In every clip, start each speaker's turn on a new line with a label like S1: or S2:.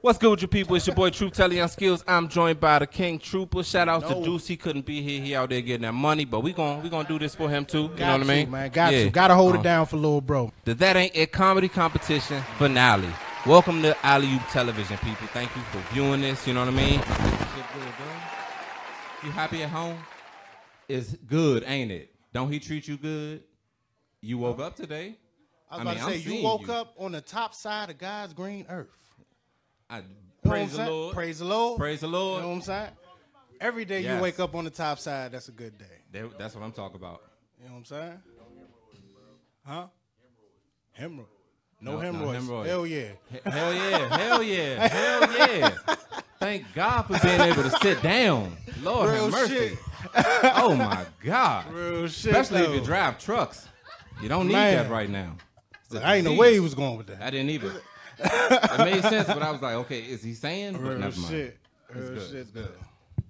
S1: What's good with you people? It's your boy Troop Telling Young Skills. I'm joined by the King Trooper. Shout out
S2: No.
S1: to Deuce. He couldn't be here. He out there getting that money, but we gon' we gonna do this for him too. You
S2: Got
S1: know what I mean?
S2: man. Got
S1: Yeah.
S2: you. Got to hold
S1: Uh,
S2: it down for little bro.
S1: The That Ain't It Comedy Competition finale. Welcome to Alley Oop Television, people. Thank you for viewing this. You know what I mean? You happy at home? It's good, ain't it? Don't he treat you good? You woke up today.
S2: I was
S1: I
S2: about
S1: mean,
S2: to
S1: I'm
S2: say you
S1: seeing
S2: woke
S1: you.
S2: up on the top side of God's green earth.
S1: I,
S2: You know what
S1: praise
S2: I'm
S1: the
S2: saying?
S1: Lord.
S2: Praise the Lord.
S1: Praise the
S2: You
S1: Lord.
S2: know what I'm saying? Every day
S1: Yes.
S2: you wake up on the top side, that's a good day.
S1: There- that's what I'm talking about.
S2: You know what I'm saying? Huh? Hemorrhoid. No,
S1: No- no
S2: hemorrhoids.
S1: hemorrhoids.
S2: Hell yeah.
S1: He- Hell yeah, hell yeah, hell yeah. Thank God for being able to sit down. Lord
S2: Real
S1: have mercy.
S2: shit.
S1: Oh my God.
S2: Real shit.
S1: Especially if
S2: though.
S1: you drive trucks. You don't need
S2: Man.
S1: that right now. It's a
S2: I ain't know
S1: disease.
S2: where he was going with that.
S1: I didn't either. it made sense, but I was like, okay, is he saying? But
S2: Real
S1: never mind.
S2: shit. Real
S1: good, it's
S2: shit.
S1: good.
S2: though.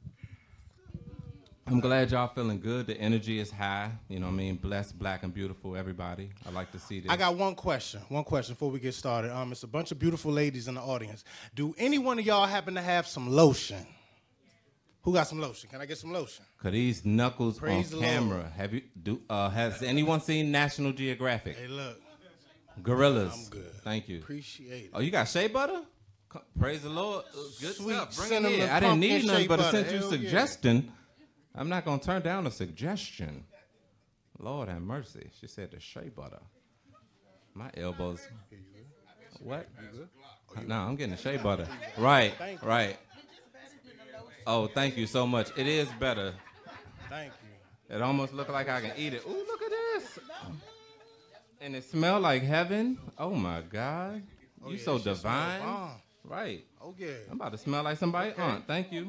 S1: I'm glad y'all feeling good. The energy is high. You know what I mean? Blessed, black, and beautiful, everybody. I like to see this.
S2: I got one question. One question before we get started. Um, it's a bunch of beautiful ladies in the audience. Do any one of y'all happen to have some lotion? Who got some lotion? Can I get some lotion?
S1: Cause these knuckles
S2: Praise the
S1: on
S2: Lord.
S1: camera. Have you do? Uh, has anyone seen National Geographic?
S2: Hey, look,
S1: Gorillas.
S2: I'm good.
S1: Thank you.
S2: appreciate
S1: Oh,
S2: it.
S1: you got shea butter? Co- Praise the Lord. Uh, Good
S2: Sweet
S1: stuff. Bring
S2: cinnamon
S1: it in. I didn't need
S2: pumpkin
S1: none,
S2: shea
S1: but
S2: butter.
S1: since you
S2: Hell yeah.
S1: suggesting, I'm not gonna turn down a suggestion. Lord have mercy. She said the shea butter. My elbows. What? No, I'm getting the shea butter. Right,
S2: Thank you.
S1: right. Oh, thank you so much. It is better.
S2: Thank you.
S1: It almost looked like I can eat it. Ooh, look at this. And it smelled like heaven. Oh my God. You
S2: Oh, yeah,
S1: so
S2: she smell
S1: divine.
S2: bomb.
S1: Right.
S2: Oh yeah.
S1: I'm about to smell like somebody. Aunt, thank you.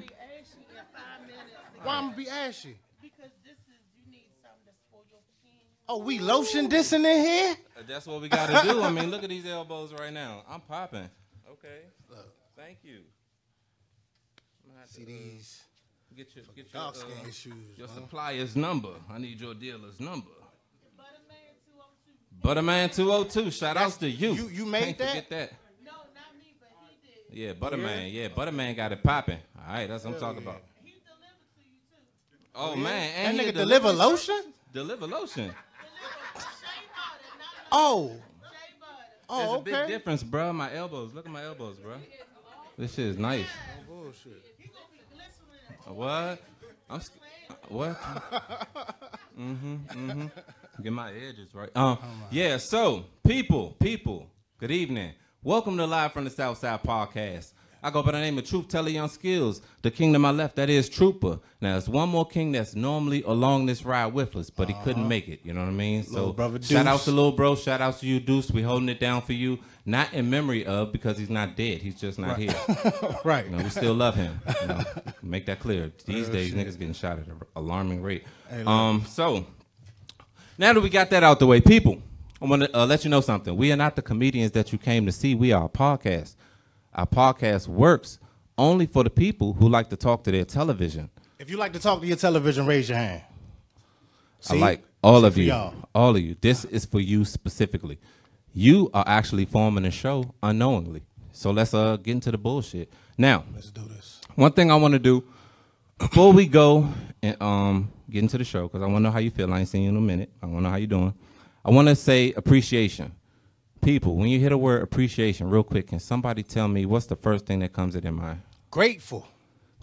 S2: Why I'm gonna be ashy?
S3: Because this is, you need something that's for your skin.
S2: Oh, we lotion dissing in here?
S1: Uh, That's what we got to do. I mean, look at these elbows right now. I'm popping. Okay. Thank you. I'm gonna have to,
S2: See
S1: uh,
S2: these
S1: Get your, get your,
S2: dark skin
S1: uh,
S2: issues.
S1: your
S2: man.
S1: supplier's number. I need your dealer's number.
S3: Butterman 202.
S1: Butterman 202. Shout outs to you.
S2: you- you made
S1: Can't
S2: that?
S1: Forget that.
S3: No, not me, but he did.
S1: Yeah, Butterman. Yeah, Butterman got it popping. All right, that's what I'm
S2: Hell
S1: talking
S2: yeah.
S1: about.
S3: He delivered to you too.
S1: Oh, man, and
S2: that nigga
S1: he a
S2: deliver
S1: delivery-
S2: lotion?
S1: Deliver lotion.
S3: Shea butter, not no
S2: Oh,
S3: shea butter.
S1: There's
S2: oh,
S1: a big
S2: okay.
S1: difference, bro. My elbows. Look at my elbows, bro. This shit is nice.
S2: Bullshit.
S3: He gonna be glycerin.
S1: What? I'm sc- what? mm-hmm. Mm-hmm. Get my edges right.
S2: Oh,
S1: Um. yeah. So, people, people. Good evening. Welcome to Live from the South Side podcast. I go by the name of Truth Teller Young Skills. The king to my left, that is Trooper. Now, there's one more king that's normally along this ride with us, but he couldn't make it. You know what I mean?
S2: Uh-huh. Little
S1: so,
S2: brother
S1: shout out
S2: Deuce.
S1: to little bro. Shout out to you, Deuce. We holding it down for you. Not in memory of because he's not dead. He's just not here.
S2: Right.
S1: You know, we still love him. You know, make that clear. These
S2: Real
S1: days,
S2: shit.
S1: niggas getting shot at an alarming rate.
S2: Hey, look.
S1: Um, so now that we got that out the way, people, I want to uh, let you know something. We are not the comedians that you came to see. We are a podcast. Our podcast works only for the people who like to talk to their television.
S2: If you like to talk to your television, raise your hand. See?
S1: I like all
S2: See
S1: of
S2: for
S1: you.
S2: y'all.
S1: All of you. This is for you specifically. You are actually forming a show unknowingly. So let's uh, get into the bullshit. Now,
S2: Let's do this.
S1: One thing I want to do before we go and um get into the show, because I want to know how you feel. I ain't seen you in a minute. I want to know how you doing. I want to say appreciation. People, when you hear the word appreciation, real quick, can somebody tell me what's the first thing that comes to their mind?
S2: Grateful,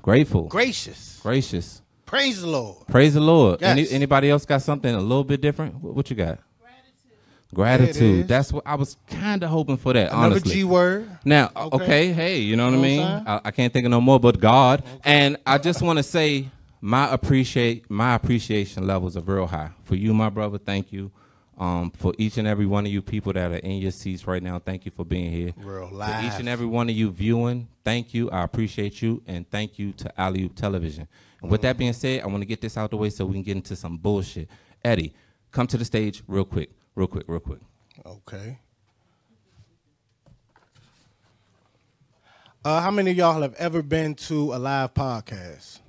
S1: Grateful,
S2: gracious,
S1: gracious.
S2: praise the Lord.
S1: Praise the Lord. Any,
S2: Yes.
S1: anybody else got something a little bit different? What, what you got?
S2: There it
S1: Gratitude.
S2: is.
S1: That's what I was kind of hoping for. That
S2: Another
S1: honestly.
S2: G word.
S1: Now, o-
S2: Okay.
S1: okay. hey, you know what I
S2: Know what
S1: mean?
S2: I'm saying?
S1: I, I can't think of no more but God. And I just want to say my appreciate my appreciation levels are real high. For you, my brother, thank you. Um, for each and every one of you people that are in your seats right now, thank you for being here.
S2: Real
S1: For each
S2: live.
S1: and every one of you viewing, thank you. I appreciate you, and thank you to Alley Oop Television. And with that being said, I want to get this out the way so we can get into some bullshit. Eddie, come to the stage real quick, real quick, real quick.
S2: Okay. Uh, how many of y'all have ever been to a live podcast?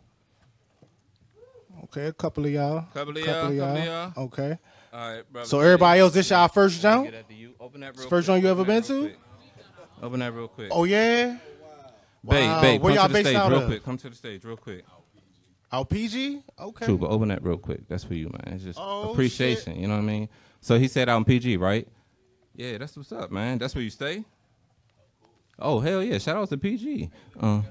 S2: Okay, a couple of y'all.
S1: Couple of y'all, couple of y'all.
S2: Okay.
S1: All right, brother.
S2: So everybody else, this y'all first jump?
S1: Get that to you. Open that real
S2: First
S1: quick.
S2: joint you
S1: Open
S2: ever
S1: that
S2: been
S1: real
S2: to?
S1: quick. Open that real quick.
S2: Oh yeah. Wow,
S1: Babe, babe,
S2: where
S1: come
S2: y'all
S1: to the
S2: based
S1: stage
S2: out
S1: real
S2: of?
S1: quick. Come to the stage real quick.
S2: Our PG? Okay.
S1: True, but open that real quick. That's for you, man. It's just
S2: Oh,
S1: appreciation. You know what I mean? So he said out in PG, right? Yeah, that's what's up, man. That's where you stay. Oh hell yeah! Shout out to PG. Uh,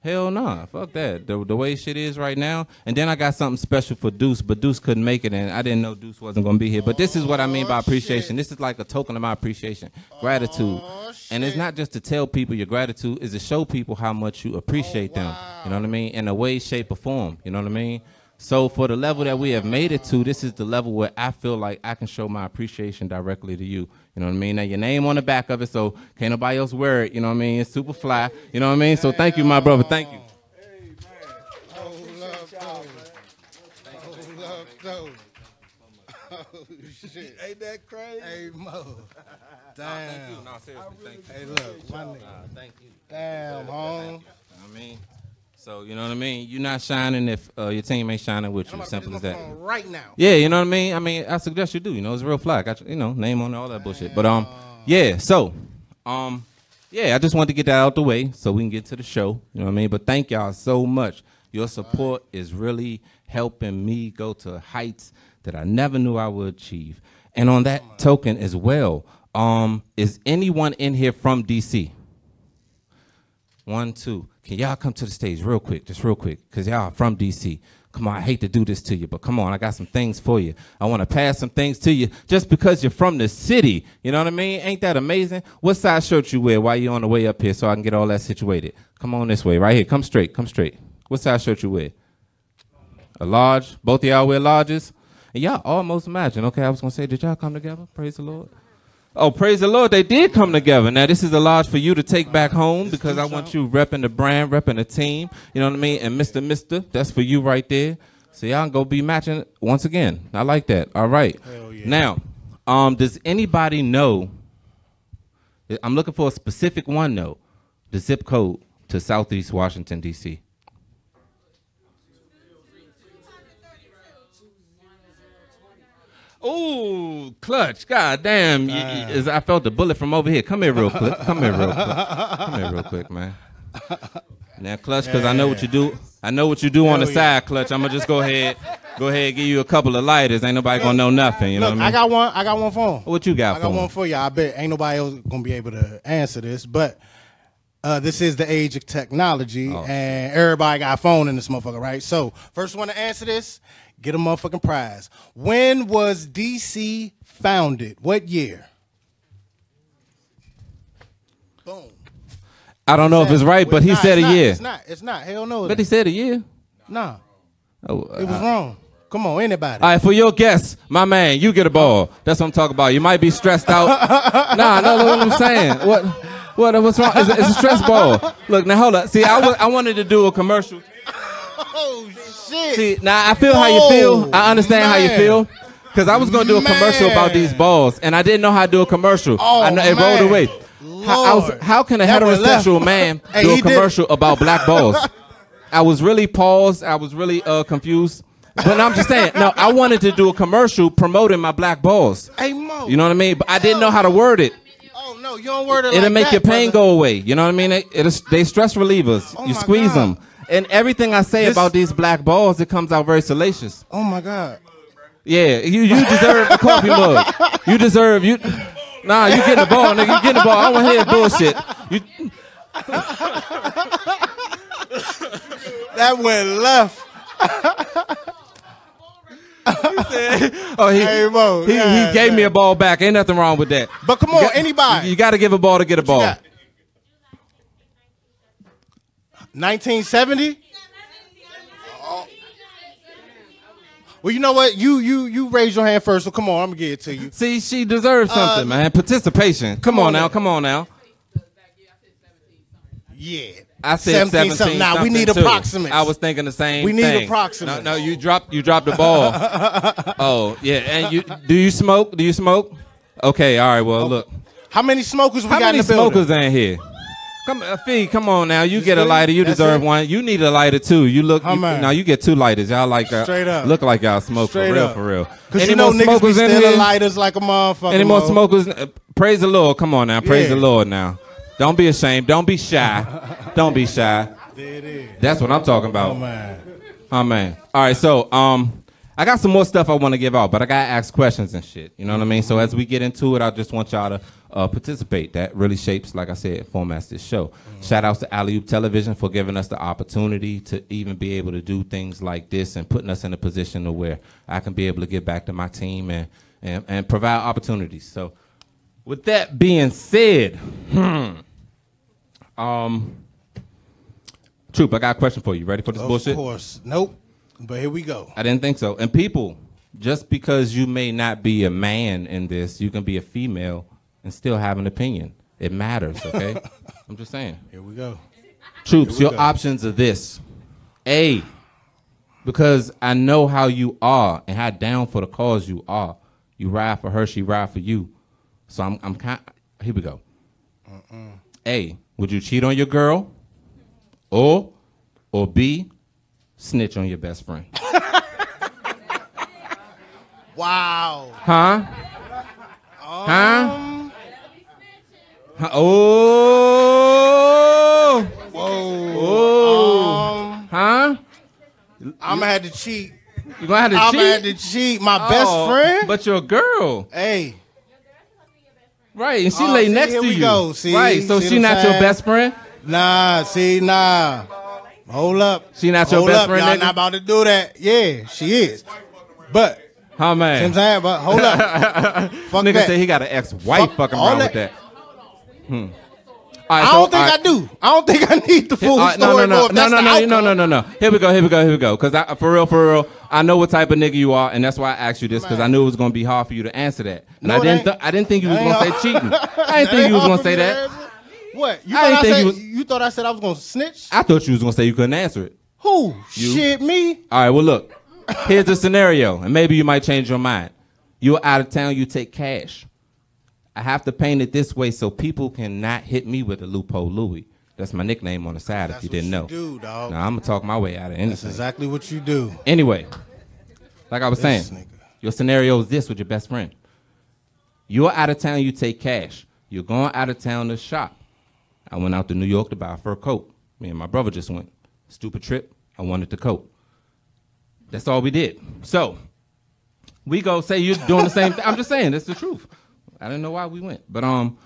S1: hell nah, fuck that. The, the way shit is right now. And then I got something special for Deuce, but Deuce couldn't make it, and I didn't know Deuce wasn't gonna be here. But this is what I mean by
S2: Aw, Oh, shit.
S1: appreciation. This is like a token of my appreciation, gratitude,
S2: Aw,
S1: and it's
S2: shit.
S1: not just to tell people your gratitude, is to show people how much you appreciate
S2: Oh,
S1: them. You know what I mean? In a way, shape, or form. You know what I mean? So for the level that we have made it to, this is the level where I feel like I can show my appreciation directly to you. You know what I mean? Now your name on the back of it, so can't nobody else wear it. You know what I mean? It's super fly. You know what I mean? So thank you, my brother. Thank you.
S2: Oh, love those. Oh, love those. Oh, shit.
S4: Ain't that crazy?
S2: Hey, Mo. Damn.
S1: No, seriously, thank you.
S2: Hey, look, my nigga.
S1: Thank you.
S2: Damn, home.
S1: You know what I mean? So you know what I mean? You're not shining if uh, your team ain't shining with
S2: I'm
S1: you.
S2: about to put
S1: Simple
S2: this
S1: as
S2: on
S1: that.
S2: phone right now.
S1: Yeah, you know what I mean. I mean, I suggest you do. You know, it's real fly. Got your, you know name on it, all that bullshit. But um, yeah. So um, yeah, I just wanted to get that out the way so we can get to the show. You know what I mean? But thank y'all so much. Your support is really helping me go to heights that I never knew I would achieve. And on that token as well, um, is anyone in here from DC? One, two. Can y'all come to the stage real quick? Just real quick. Because y'all are from DC. Come on, I hate to do this to you, but come on, I got some things for you. I want to pass some things to you just because you're from the city. You know what I mean? Ain't that amazing? What size shirt you wear while you on the way up here so I can get all that situated? Come on this way, right here. Come straight, come straight. What size shirt you wear? A large. Both of y'all wear larges. And y'all almost imagine. Okay, I was going to say, did y'all come together? Praise the Lord. Oh, praise the Lord, they did come together. Now, this is a lodge for you to take back home because I want you repping the brand, repping the team. You know what I mean? And Mr. Mister, that's for you right there. So y'all can go be matching once again. I like that. All right.
S2: Hell yeah.
S1: Now, um, does anybody know? I'm looking for a specific one though. The zip code to Southeast Washington, D.C. Ooh, clutch! God damn! You,
S2: Ah.
S1: you- is- I felt the bullet from over here. Come here real quick. Come here real quick. Come here real quick, man. Now, clutch, because I know what you do. I know what you do on the
S2: Hell yeah.
S1: side, clutch. I'm gonna just go ahead, go ahead, give you a couple of lighters. Ain't nobody gonna know nothing. You know
S2: Look,
S1: what I
S2: I
S1: mean?
S2: got one. I got one phone.
S1: what you got
S2: I
S1: for
S2: got
S1: me?
S2: one for you. I bet ain't nobody else gonna be able to answer this, but uh, this is the age of technology,
S1: Oh,
S2: and everybody got a phone in this motherfucker, right? So, first one to answer this, get a motherfucking prize. When was DC founded? What year? Boom.
S1: I don't know if it's right, but he
S2: Nah,
S1: said
S2: it's
S1: a
S2: not,
S1: year.
S2: It's not. It's not. Hell no.
S1: But
S2: It
S1: he
S2: ain't.
S1: said a year.
S2: Nah,
S1: Oh,
S2: it was
S1: uh,
S2: wrong. Come on, anybody.
S1: All right, for your guess, my man, you get a ball. That's what I'm talking about. You might be stressed out. nah, no, look what I'm saying. What, what, what's wrong? It's a, it's a stress ball. Look, now hold up. See, I wa- I wanted to do a commercial.
S2: oh shit.
S1: See, now I feel how you feel. I understand how you
S2: Oh, man.
S1: feel. Cause I was gonna do a commercial about these
S2: Man.
S1: balls, and I didn't know how to do a commercial.
S2: Oh,
S1: I know it
S2: man.
S1: rolled away. How, I was-
S2: Lord.
S1: how can a
S2: That one left.
S1: heterosexual man
S2: Hey,
S1: do
S2: he
S1: a
S2: did it.
S1: commercial about black balls? I was really paused. I was really uh, confused. But I'm just saying. No, I wanted to do a commercial promoting my black balls.
S2: Hey Mo.
S1: You know what I mean? But I didn't know how to word it.
S2: Oh no, you don't word it.
S1: It'll
S2: like
S1: make
S2: that,
S1: your pain
S2: brother.
S1: go away. You know what I mean? It, it'll, they stress relievers.
S2: Oh
S1: you
S2: my
S1: squeeze
S2: God.
S1: them. And everything I say
S2: This-
S1: about these black balls, it comes out very salacious.
S2: Oh my god.
S1: Yeah, you, you deserve the coffee mug. You deserve you. Nah, you getting the ball, nigga. You getting the ball. I don't hear bullshit. You,
S2: That went left.
S1: oh, he,
S2: Hey, Mo,
S1: he,
S2: yeah,
S1: he gave me
S2: man.
S1: a ball back. Ain't nothing wrong with that.
S2: But come on, anybody.
S1: You got to give a ball to get a ball.
S2: got? 1970. Well, you know what? You you you raise your hand first. So come on, I'm gonna give it to you. Uh,
S1: See, she deserves something, man. Participation. Come, on,
S2: on
S1: now.
S2: now.
S1: Come on now.
S2: Yeah.
S1: I said 17, something.
S2: Now we need
S1: too.
S2: approximate.
S1: I was thinking the same.
S2: We need
S1: thing.
S2: approximates.
S1: No, no, you dropped you dropped the ball. oh yeah, and you do you smoke? Do you smoke? Okay, all right. Well, look.
S2: How many smokers Oh. we
S1: How
S2: got
S1: many
S2: in the building?
S1: smokers in here? Come, uh, Fee, come on now. You get a
S2: three?
S1: lighter. You
S2: That's
S1: deserve
S2: it?
S1: one. You need a lighter too. You look.
S2: How
S1: You,
S2: many?
S1: now you get two lighters. Y'all like uh,
S2: Straight up.
S1: Look like y'all smoke
S2: Straight
S1: for real,
S2: up.
S1: for real.
S2: Cause
S1: Any
S2: you know
S1: more
S2: niggas be
S1: smokers in
S2: stealing
S1: here?
S2: lighters like a motherfucker.
S1: Any more
S2: Mo.
S1: smokers? Uh, Praise the Lord. Come on now. Praise
S2: Yeah.
S1: the Lord now. Don't be ashamed. Don't be shy. Don't be shy.
S2: There it is.
S1: That's what I'm talking
S2: Oh,
S1: about.
S2: man.
S1: Oh man. All right, so um I got some more stuff I want to give out, but I gotta ask questions and shit. You know what I mean? So as we get into it, I just want y'all to uh, participate. That really shapes, like I said, formats this show. Shout outs to Alley Oop Television for giving us the opportunity to even be able to do things like this and putting us in a position to where I can be able to give back to my team and and, and provide opportunities. So with that being said, hmm, um, Troop, I got a question for you. Ready for this
S2: Of
S1: bullshit?
S2: course. Nope. But here we go.
S1: I didn't think so. And people, just because you may not be a man in this, you can be a female and still have an opinion. It matters, okay? I'm just saying.
S2: Here we go.
S1: Troops, your
S2: go.
S1: options are this. A, because I know how you are and how down for the cause you are. You ride for her, she ride for you. So I'm, I'm kind. Here we go. A, would you cheat on your girl? Or, or B, snitch on your best friend?
S2: Wow.
S1: Huh? Huh? Huh? Oh!
S2: Whoa.
S1: Oh!
S2: Um,
S1: Huh?
S2: I'm gonna Um, have to cheat.
S1: You gonna have to
S2: I'm
S1: cheat?
S2: gonna have to cheat. My
S1: Oh,
S2: best friend.
S1: But your girl,
S2: hey,
S1: right? And she
S2: Oh,
S1: lay
S2: see,
S1: next
S2: here
S1: to
S2: we
S1: you,
S2: go. See,
S1: right? So
S2: see
S1: she
S2: what I'm
S1: not your
S2: saying?
S1: best friend.
S2: nah. See, nah. Hold up.
S1: She not your
S2: Hold
S1: best
S2: up.
S1: friend,
S2: Y'all
S1: nigga?
S2: not about to do that. Yeah, she is. But
S1: Huh,
S2: see what I'm
S1: man?
S2: saying, but hold up. Fuck
S1: Nigga
S2: that.
S1: say he got an ex-wife
S2: Fuck
S1: fucking
S2: all
S1: around
S2: that.
S1: with that. Hmm. All right,
S2: I
S1: so-
S2: don't think
S1: all
S2: I
S1: right.
S2: do. I don't think I need the full
S1: All right,
S2: story.
S1: No,
S2: or if
S1: no,
S2: that's
S1: no,
S2: the
S1: no, no, no,
S2: outcome.
S1: no, no, no. Here we go, here we go, here we go. Cause I, for real, for real, I know what type of nigga you are, and that's why I asked you this, cause I knew it was gonna be hard for you to answer that. And
S2: No,
S1: I
S2: it
S1: didn't, th-
S2: ain't.
S1: I didn't think you was
S2: That ain't
S1: gonna say
S2: hard.
S1: cheating. I didn't
S2: That
S1: think you was
S2: hard
S1: gonna
S2: for
S1: say
S2: me to
S1: that.
S2: answer. What? You
S1: I
S2: thought
S1: ain't
S2: I,
S1: think
S2: said,
S1: you
S2: you,
S1: was-
S2: thought I said I was gonna snitch?
S1: I thought you was gonna say you couldn't answer it.
S2: Who? Shit, me?
S1: All right, well, look, here's the scenario, and maybe you might change your mind. You're out of town, you take cash. I have to paint it this way so people cannot hit me with a Lupo Louie. That's my nickname on the side if you didn't know.
S2: do, dog.
S1: Now, I'm gonna talk my way out of
S2: That's
S1: anything.
S2: exactly what you do.
S1: Anyway, like I was saying,
S2: This nigga.
S1: your scenario is this with your best friend. You're out of town, you take cash. You're going out of town to shop. I went out to New York to buy a fur coat. Me and my brother just went. Stupid trip. I wanted the coat. That's all we did. So we go say you're doing the same thing. I'm just saying, that's the truth. I didn't know why we went. But um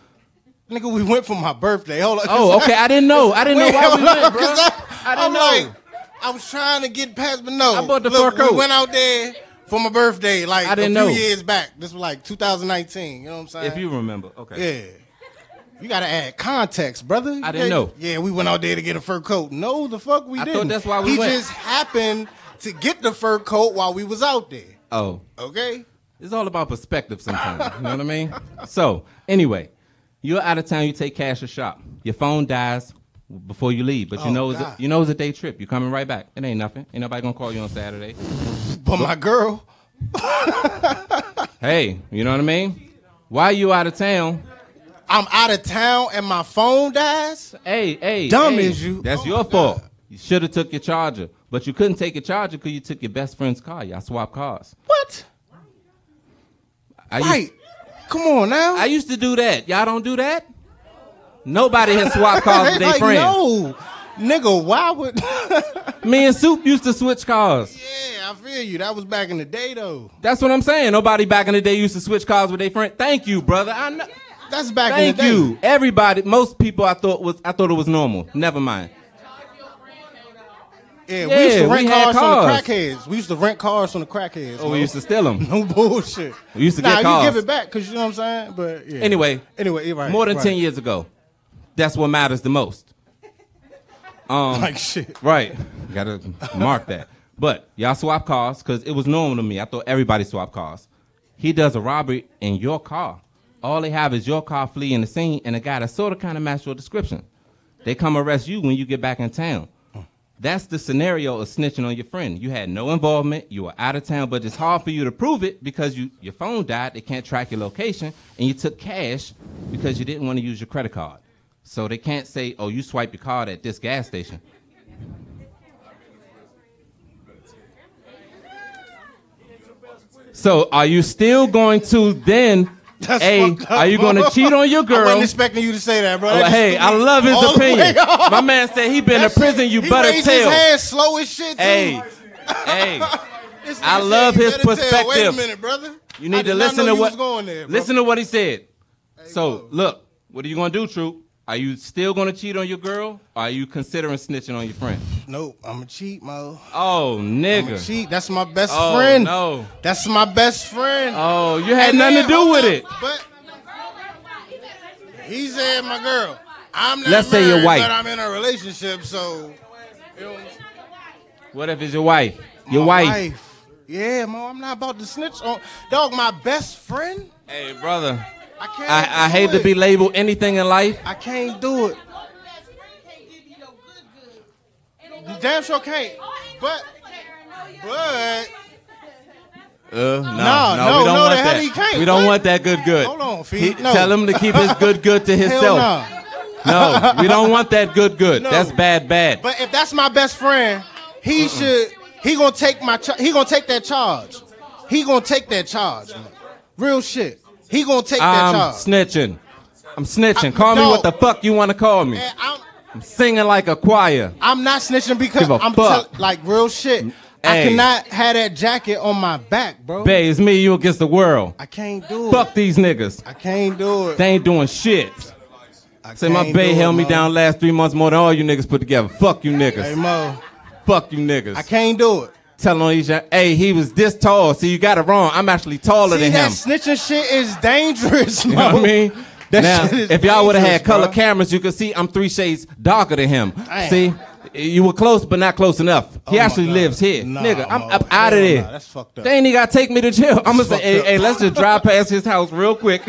S2: Nigga, we went for my birthday. Hold on.
S1: oh okay, I didn't know. I didn't know
S2: Wait,
S1: why we
S2: hold on,
S1: went, bro.
S2: 'cause
S1: I didn't
S2: I'm
S1: know.
S2: Like, I was trying to get past, but no.
S1: I bought the
S2: Look,
S1: fur coat.
S2: We went out there for my birthday, like
S1: I didn't
S2: a
S1: know.
S2: few years back. This was like 2019. You know what I'm saying?
S1: if you remember. Okay.
S2: Yeah. You gotta add context, brother. You
S1: I
S2: can't-
S1: didn't know.
S2: Yeah, we went out there to get a fur coat. No, the fuck we
S1: I thought
S2: didn't.
S1: that's why we
S2: he
S1: went.
S2: just happened to get the fur coat while we was out there.
S1: Oh.
S2: Okay.
S1: It's all about perspective sometimes. you know what I mean? So, anyway, you're out of town, you take cash to shop. Your phone dies before you leave, but you
S2: Oh,
S1: know it's a,
S2: God.
S1: you know it's a day trip. You're coming right back. It ain't nothing. Ain't nobody gonna call you on Saturday.
S2: But my girl,
S1: hey, you know what I mean? Why you out of town?
S2: I'm out of town and my phone dies.
S1: Hey, hey,
S2: Dumb
S1: hey,
S2: as you-
S1: That's
S2: Oh,
S1: your
S2: my
S1: fault. You should have took your charger, but you couldn't take your charger because you took your best friend's car. Y'all swapped cars.
S2: What?
S1: I used-
S2: Right. Come on now.
S1: I used to do that. Y'all don't do that. Nobody has swapped cars with their
S2: like,
S1: friends.
S2: No. Nigga, why would Yeah,
S1: Me and Soup used to switch cars.
S2: I feel you. That was back in the day though.
S1: That's what I'm saying. Nobody back in the day used to switch cars with their friend. Thank you, brother. I know.
S2: That's back in
S1: Thank
S2: the day.
S1: you, everybody. Most people I thought was I thought it was normal. Never mind.
S2: Yeah,
S1: Yeah,
S2: we used to
S1: we
S2: rent
S1: had
S2: cars,
S1: cars.
S2: from the crackheads. We used to rent cars from the crackheads.
S1: Oh,
S2: bro.
S1: we used to steal them.
S2: No bullshit.
S1: We used to
S2: nah,
S1: get
S2: you
S1: cars.
S2: give it back because you know what I'm saying. But yeah.
S1: Anyway,
S2: anyway, you're right.
S1: more than
S2: right.
S1: ten years ago. That's what matters the most. Um,
S2: Like shit.
S1: Right. Gotta mark that. But y'all swap cars because it was normal to me. I thought everybody swapped cars. He does a robbery in your car. All they have is your car fleeing the scene and a guy that sort of kind of matched your description. They come arrest you when you get back in town. That's the scenario of snitching on your friend. You had no involvement, you were out of town, but it's hard for you to prove it because you, your phone died, they can't track your location, and you took cash because you didn't want to use your credit card. So they can't say, oh, you swiped your card at this gas station. So are you still going to then
S2: That's
S1: hey,
S2: fucked up,
S1: are you
S2: bro.
S1: gonna cheat on your
S2: I
S1: girl?
S2: wasn't expecting you to say that, bro. That
S1: Oh,
S2: just
S1: hey,
S2: threw
S1: I
S2: me
S1: love his
S2: all the way
S1: opinion.
S2: off.
S1: My man said he been
S2: That
S1: to prison.
S2: shit-
S1: You
S2: he
S1: better
S2: raised his
S1: tell.
S2: hand slow as shit. too.
S1: Hey, hey,
S2: This
S1: I
S2: nigga
S1: love
S2: said, "You
S1: his
S2: better tell." Wait a
S1: perspective.
S2: minute, brother.
S1: you
S2: I
S1: need
S2: did
S1: to
S2: not know
S1: listen to
S2: you was
S1: what
S2: going there, bro.
S1: listen to what he said.
S2: bro.
S1: So look, what are you gonna do, True? Are you still gonna cheat on your girl? Or are you considering snitching on your friend?
S2: Nope, I'm a cheat, mo.
S1: Oh,
S2: I'm a
S1: nigga.
S2: cheat. That's my best
S1: Oh
S2: friend.
S1: no.
S2: That's my best friend.
S1: Oh, you had
S2: And
S1: nothing
S2: then-
S1: to do
S2: hold
S1: with
S2: up,
S1: it.
S2: But he said, "My girl, I'm not
S1: Let's say
S2: married,
S1: you're white.
S2: but I'm in a relationship, so
S1: What if it's your wife? Your
S2: My
S1: wife.
S2: Yeah, mo, I'm not about to snitch on dog. My best friend.
S1: Hey, brother.
S2: I can't.
S1: I, I
S2: do
S1: hate to
S2: it.
S1: be labeled anything in life.
S2: I can't do it.
S3: Best friend can't give you no good good.
S2: You damn sure can't. But but
S1: Uh, no,
S2: No, no,
S1: we don't
S2: no,
S1: want
S2: the
S1: that.
S2: hell he can't.
S1: We don't
S2: What?
S1: want that good good.
S2: Hold on, Fee.
S1: He-
S2: No.
S1: Tell him to keep his good good to
S2: hell
S1: himself.
S2: no.
S1: No, we don't want that good good.
S2: No.
S1: That's bad bad.
S2: But if that's my best friend, he should he gonna take my char- he gonna take that charge. He gonna take that charge. man. Real shit. He gonna take that
S1: I'm
S2: charge.
S1: snitching. I'm snitching. Call me
S2: no.
S1: what the fuck you want to call me.
S2: And I'm,
S1: I'm singing like a choir.
S2: I'm not snitching because
S1: Give a
S2: I'm
S1: fuck.
S2: tell- like real shit. I
S1: Hey.
S2: cannot have that jacket on my back, bro.
S1: Bae, it's me, you against the world.
S2: I can't do it.
S1: Fuck these niggas.
S2: I can't do it.
S1: They ain't doing shit.
S2: I
S1: Say my
S2: can't
S1: bae
S2: do it,
S1: held me
S2: Mo.
S1: down last three months more than all you niggas put together. Fuck you
S2: Hey
S1: niggas.
S2: Mo,
S1: Fuck you niggas.
S2: I can't do it.
S1: telling on each other, hey, he was this tall, so you got it wrong. I'm actually taller
S2: See
S1: than
S2: that
S1: him.
S2: snitching shit is dangerous, Mo.
S1: You know what I mean?
S2: That
S1: now,
S2: shit is
S1: if y'all would have had
S2: dangerous,
S1: color
S2: bro.
S1: cameras, you could see I'm three shades darker than him.
S2: Damn.
S1: See, you were close, but not close enough. He
S2: Oh my
S1: actually
S2: God.
S1: lives here,
S2: Nah,
S1: nigga. I'm
S2: Mo,
S1: up out of
S2: hell
S1: there.
S2: nah, that's fucked up.
S1: They ain't even gotta take me to jail. I'm gonna say,
S2: fucked
S1: hey,
S2: up.
S1: hey, let's just drive past his house real quick,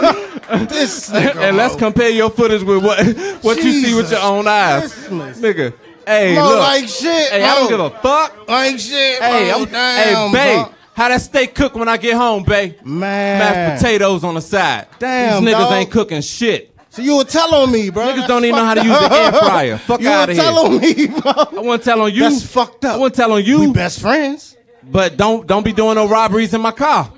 S2: This nigga,
S1: and let's
S2: Mo.
S1: compare your footage with what what you see with your
S2: Jesus
S1: own eyes,
S2: Christmas.
S1: nigga. Hey,
S2: Mo,
S1: look,
S2: like shit.
S1: hey, I don't
S2: Mo.
S1: give a fuck.
S2: Like shit.
S1: Hey,
S2: bro.
S1: I'm,
S2: damn,
S1: hey, Bay,
S2: bro.
S1: how that steak cook when I get home, Bay?
S2: Man.
S1: Mashed potatoes on the side.
S2: Damn,
S1: These niggas
S2: dog.
S1: ain't cooking shit.
S2: So you would tell on me, bro.
S1: Niggas
S2: That's
S1: don't even know how to
S2: fucked
S1: use
S2: up.
S1: the air fryer. Fuck
S2: you
S1: outta
S2: would tell on me,
S1: I
S2: bro.
S1: wouldn't tell on you.
S2: That's fucked up.
S1: I wouldn't tell on
S2: We
S1: you.
S2: best friends.
S1: But don't don't be doing no robberies in my car.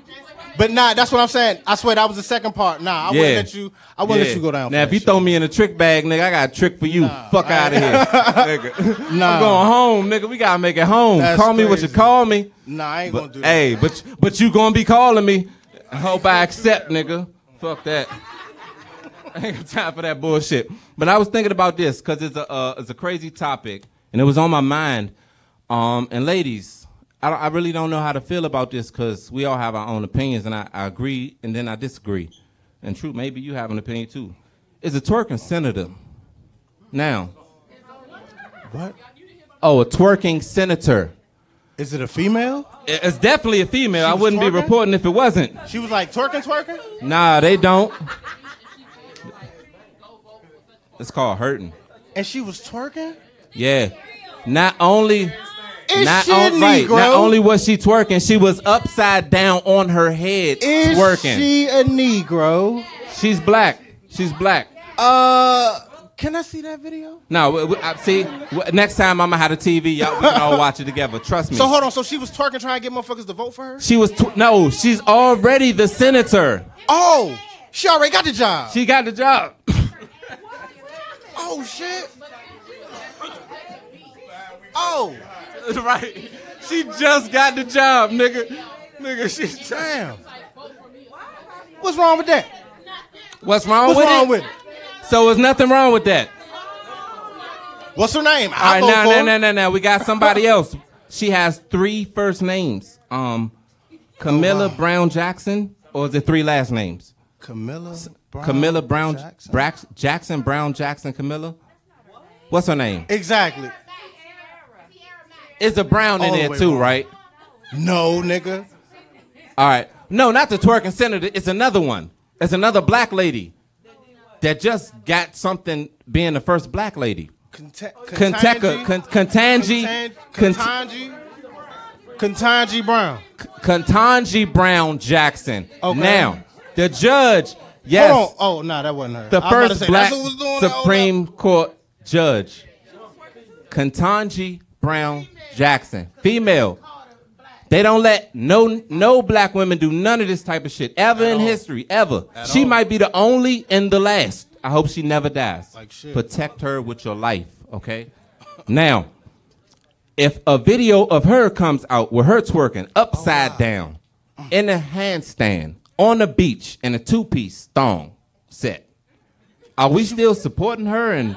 S2: But nah, that's what I'm saying. I swear that was the second part. Nah, I wouldn't
S1: Yeah.
S2: let you. I wouldn't
S1: Yeah.
S2: let you go down.
S1: Now,
S2: for
S1: if
S2: that
S1: you
S2: shit.
S1: throw me in a trick bag, nigga, I got a trick for you. Fuck out of here, nigga.
S2: Nah.
S1: I'm going home, nigga. We gotta make it home.
S2: That's
S1: call me what you
S2: crazy.
S1: call me.
S2: nah, I ain't gonna
S1: But,
S2: do that.
S1: hey, but but you gonna be calling me. I hope I accept, nigga. Fuck that. I ain't got time for that bullshit. But I was thinking about this because it's a uh, it's a crazy topic and it was on my mind. Um, and ladies, I don't, I really don't know how to feel about this because we all have our own opinions, and I, I agree and then I disagree. And true, maybe you have an opinion too. Is a twerking senator now?
S2: what?
S1: Oh, a twerking senator.
S2: Is it a female?
S1: It- It's definitely a female. I
S2: was
S1: wouldn't
S2: twerking?
S1: be reporting if it wasn't.
S2: She was like twerking, twerking.
S1: Nah, they don't. It's called hurting.
S2: And she was twerking.
S1: Yeah. Not only
S2: Is
S1: not,
S2: she
S1: on-
S2: a
S1: right,
S2: Negro?
S1: not only was she twerking, she was upside down on her head
S2: Is
S1: twerking.
S2: she a Negro?
S1: She's black. She's black.
S2: Uh, can I see that video?
S1: No, w- w- I- see, w- next time I'm gonna have a TV, y'all we can all watch it together. Trust me.
S2: So hold on. So she was twerking, trying to get motherfuckers to vote for her.
S1: she was tw- no, she's already the senator.
S2: Oh, she already got the job.
S1: She got the job.
S2: oh shit. Oh
S1: right. She just got the job, nigga. Nigga, she just
S2: damn. What's wrong with that?
S1: What's wrong
S2: What's
S1: with
S2: wrong
S1: it?
S2: with it?
S1: So there's nothing wrong with that.
S2: What's her name?
S1: All
S2: I
S1: right,
S2: vote
S1: now,
S2: for
S1: now,
S2: her.
S1: now, now, now, we got somebody else. She has three first names. Um,
S2: Oh,
S1: Camilla Brown Jackson, or is it three last names?
S2: Camilla. Brown
S1: Camilla Brown
S2: Jackson.
S1: Jackson, Jackson Brown Jackson Camilla. What's her name?
S2: Exactly.
S1: It's a Brown in
S2: All the
S1: there
S2: way
S1: too,
S2: wrong.
S1: right?
S2: No, nigga.
S1: All right. No, not the twerking senator. It's another one. It's another black lady that just got something being the first black lady.
S2: Conte-
S1: Kentucky, Kentanji, Kent-
S2: Kentanji. Kentanji Brown.
S1: Kentanji Brown Jackson.
S2: Okay.
S1: Now, the judge, yes,
S2: Hold on. Oh, no, nah, that wasn't her. I
S1: the
S2: was about to
S1: first
S2: say,
S1: black
S2: that's who was doing that old-
S1: Supreme Court judge, Kentanji Brown Jackson, female.
S3: Called her black.
S1: They don't let no no black women do none of this type of shit ever
S2: At
S1: in
S2: all.
S1: history ever.
S2: At
S1: she
S2: all.
S1: might be the only and the last. I hope she never dies.
S2: Like shit.
S1: Protect her with your life, okay? now, if a video of her comes out with her twerking
S2: Oh,
S1: upside down in a handstand on the beach in a two-piece thong set, are we still supporting her and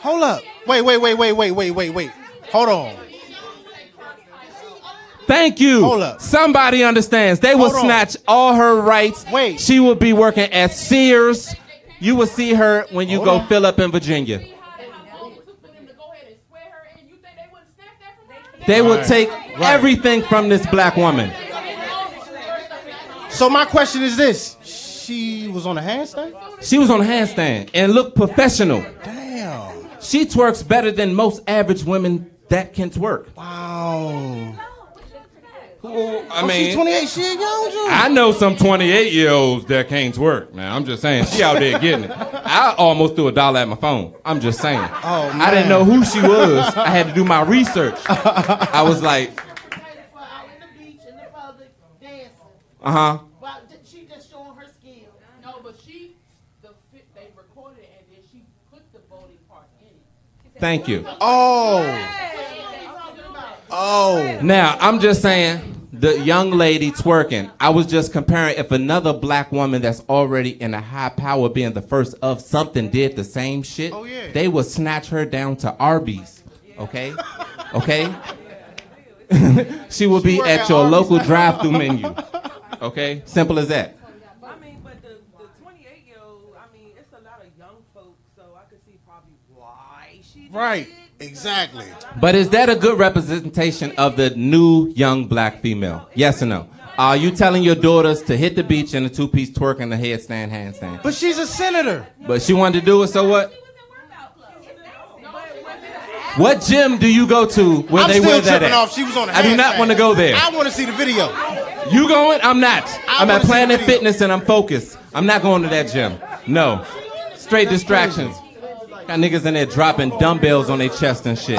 S2: Hold up. Wait, wait, wait, wait, wait, wait, wait, wait. Hold on.
S1: Thank you.
S2: Hold up.
S1: Somebody understands. They will
S2: Hold on.
S1: snatch all her rights.
S2: Wait.
S1: She will be working at Sears. You will see her when you
S2: Hold
S1: go
S2: on.
S1: fill up in Virginia. They will
S2: Right.
S1: take
S2: Right.
S1: everything from this black woman.
S2: So my question is this: She was on a handstand.
S1: She was on a handstand and looked professional.
S2: Damn.
S1: She twerks better than most average women that can twerk.
S2: Wow.
S1: Who- I
S2: Oh, she's
S1: mean,
S2: 28. She ain't young, June.
S1: I know some 28 year olds that can't twerk, man. I'm just saying. She out there getting it. I almost threw a dollar at my phone. I'm just saying.
S2: Oh,
S1: I
S2: man.
S1: didn't know who she was. I had to do my research. I was like, uh huh.
S3: She just showing her skill. No, but she, the fit, they recorded it and then she put the voting part in it.
S1: Thank you.
S2: Oh. Oh.
S1: Now, I'm just saying, the young lady twerking, I was just comparing if another black woman that's already in a high power being the first of something did the same shit,
S2: Oh, yeah.
S1: they would snatch her down to Arby's. Okay? Okay? she will be
S2: work
S1: at
S2: at
S1: your
S2: Arby's
S1: local drive through menu. Okay? Simple as that.
S4: I mean, but the, the 28 year old, I mean, it's a lot of young folks, so I could see probably why she did
S2: Right.
S4: it, because,
S2: Exactly.
S4: like, a lot of
S1: But is that a good representation of the new young black female? Yes or no? Are you telling your daughters to hit the beach in a two piece twerk and a headstand, handstand?
S2: But she's a senator.
S1: But she wanted to do it, so what? What gym do you go to where
S2: I'm
S1: they wear
S2: still
S1: that
S2: tripping
S1: at?
S2: off. She was on a
S1: I do not
S2: handstand.
S1: want to go there.
S2: I want to see the video.
S1: You going? I'm not.
S2: I
S1: I'm
S2: wanna
S1: at
S2: see
S1: Planet
S2: the video.
S1: Fitness and I'm focused. I'm not going to that gym. No. Straight distractions. Got niggas in there dropping dumbbells on their chest and shit.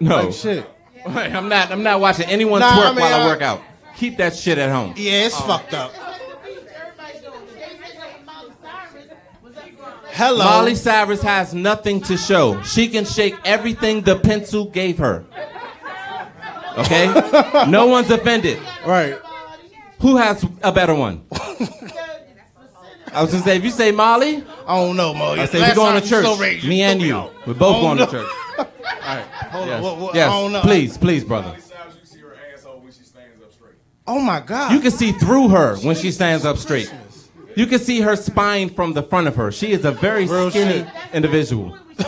S1: No.
S2: Like shit.
S1: Oh. I'm not I'm not watching anyone
S2: Nah,
S1: twerk
S2: I mean,
S1: while I
S2: uh,
S1: work out. Keep that shit at home.
S2: Yeah, it's fucked up.
S3: Hello.
S2: Hello.
S1: Molly Cyrus has nothing to show. She can shake everything the pencil gave her. Okay? No one's offended.
S2: Right.
S1: Who has a better one? I was gonna say, if you say Molly,
S2: I don't know, Mo.
S1: I say we're
S2: Last
S1: going
S2: time
S1: to
S2: you
S1: church.
S2: slow raged,
S1: me and
S2: threw
S1: you.
S2: out.
S1: We're both
S2: Oh,
S1: going
S2: no.
S1: to church.
S2: Hold on.
S1: Yes,
S2: What- what- I
S1: yes.
S2: don't know.
S1: please, please, brother.
S5: Molly Cyrus, you can see her asshole when she stands up straight.
S2: Oh my God.
S1: You can see through her when she stands up straight. You can see her spine from the front of her. She is a very
S2: Real
S1: skinny
S2: shit.
S1: individual.
S3: The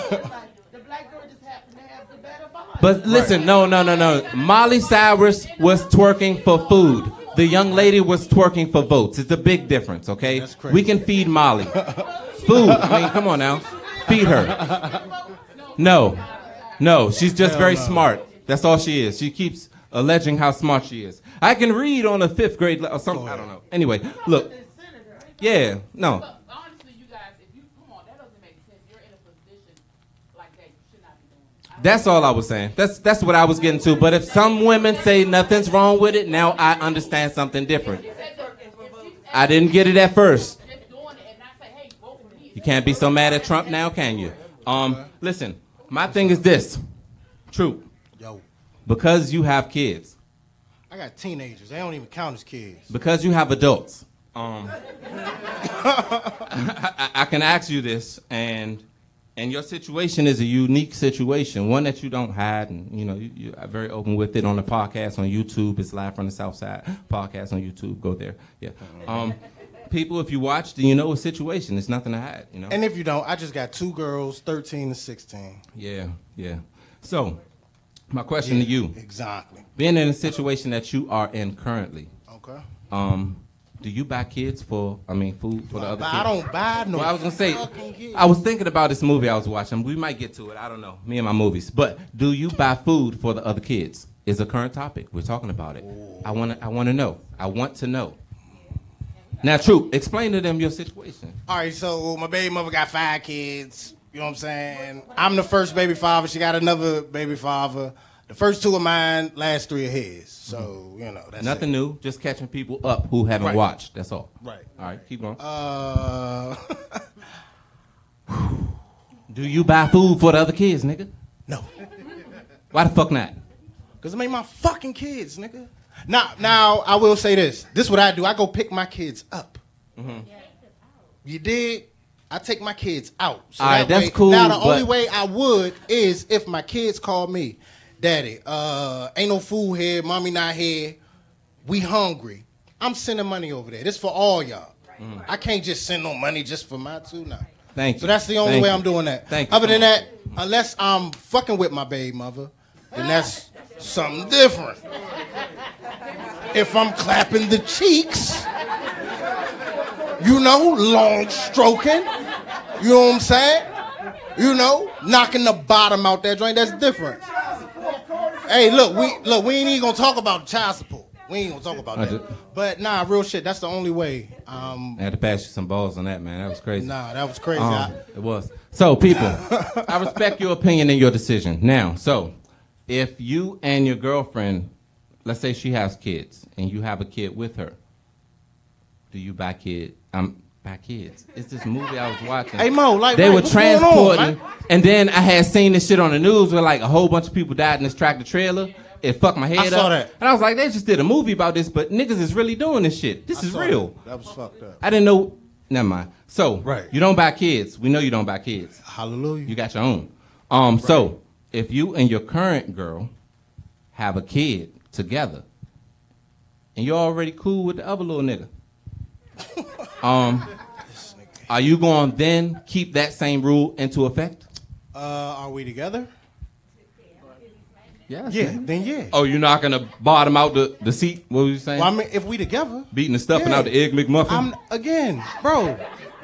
S3: black girl just happened to have the better body.
S1: But listen, no, no, no, no. Molly Cyrus was twerking for food. The young lady was twerking for votes. It's a big difference, okay?
S2: That's crazy.
S1: We can feed Molly. food. I mean, come on now. Feed her. No. No, she's just very smart. That's all she is. She keeps alleging how smart she is. I can read on a fifth grade level or something. I don't know. Anyway, look. Yeah, no.
S6: But honestly, you guys, if you come on, that doesn't make sense. You're in a position like that. You should not be doing. it. I-
S1: That's all I was saying. That's that's what I was getting to. But if some women say nothing's wrong with it, now I understand something different. I didn't get it at first.
S6: Just doing it and not say, hey, vote for me.
S1: You can't be so mad at Trump now, can you? Um, listen, my thing is this. True.
S2: Yo,
S1: Because you have kids,
S2: I got teenagers. They don't even count as kids.
S1: because you have adults, um, I, I- I can ask you this, and and your situation is a unique situation, one that you don't hide, and you know you, you are very open with it on the podcast on YouTube. It's live from the South Side podcast on YouTube. Go there, yeah. Um, people, if you watch, then you know a situation. There's nothing to hide, you know.
S2: And if you don't, I just got two girls, 13 and 16.
S1: Yeah, yeah. So, my question to you:
S2: Exactly.
S1: Being in a situation that you are in currently,
S2: Okay.
S1: um, do you buy kids for? I mean, food for the other
S2: But
S1: kids?
S2: I don't buy no.
S1: Well, I was gonna say,
S2: fucking kids.
S1: I was thinking about this movie I was watching. We might get to it. I don't know. Me and my movies. But do you buy food for the other kids? Is a current topic. We're talking about it. I wanna. I wanna know. I want to know. Now, true. Explain to them your situation.
S2: All right, so my baby mother got five kids. You know what I'm saying? I'm the first baby father. She got another baby father. The first two are mine, last three are his. So you know that's
S1: Mm-hmm. Nothing
S2: It.
S1: new, just catching people up who haven't
S2: Right.
S1: watched. That's all.
S2: Right.
S1: All right, keep going.
S2: Uh,
S1: Do you buy food for the other kids, nigga?
S2: no,
S1: Why the fuck not?
S2: because it made my fucking kids, nigga. Now, now I will say this. This is what I do. I go pick my kids up.
S1: Mm-hmm.
S2: You did. I take my kids out. So
S1: All right,
S2: that
S1: that's
S2: way-
S1: cool,
S2: Now the only
S1: but-
S2: way I would is if my kids called me, Daddy, uh, ain't no food here, mommy not here, we hungry. I'm sending money over there. This for all y'all. I can't just send no money just for my two now.
S1: Mm. Thank you.
S2: So that's the only
S1: Thank
S2: way
S1: you.
S2: I'm doing that.
S1: Thank you.
S2: Other than that, unless I'm fucking with my baby mother, then that's something different. If I'm clapping the cheeks, you know, long stroking, you know what I'm saying? You know, knocking the bottom out that joint, that's different. Hey, look, we look, we ain't even gonna talk about child support. We ain't gonna talk about
S1: I
S2: that.
S1: do-
S2: But nah, real shit, that's the only way. Um
S1: I had to pass you some balls on that, man. That was crazy.
S2: nah, that was crazy.
S1: Um, it was. So, people, I respect your opinion and your decision. Now, so if you and your girlfriend, let's say she has kids and you have a kid with her, do you buy kid? Um, buy kids. It's this movie I was watching.
S2: I, hey Mo, like
S1: they
S2: like,
S1: were
S2: what's going on,
S1: transporting,
S2: man?
S1: and then I had seen this shit on the news where like a whole bunch of people died in this tractor trailer. It fucked my head
S2: saw
S1: up,
S2: that.
S1: and I was like, they just did a movie about this, but niggas is really doing this shit. This
S2: I
S1: is
S2: saw
S1: real.
S2: That. that was fucked up.
S1: I didn't know. Never mind. So
S2: Right.
S1: you don't buy kids. We know you don't buy kids.
S2: Hallelujah.
S1: You got your own. Um. So if you and your current girl have a kid together, and you're already cool with the other little nigga, um, are you going to then keep that same rule into effect?
S2: uh are we together?
S1: Yes.
S2: Yeah, then yeah.
S1: Oh, you're not gonna bottom out the, the seat? What were you saying?
S2: Well, I mean, if we together,
S1: Beating the stuffing
S2: Yeah.
S1: out the egg McMuffin.
S2: I'm again, bro.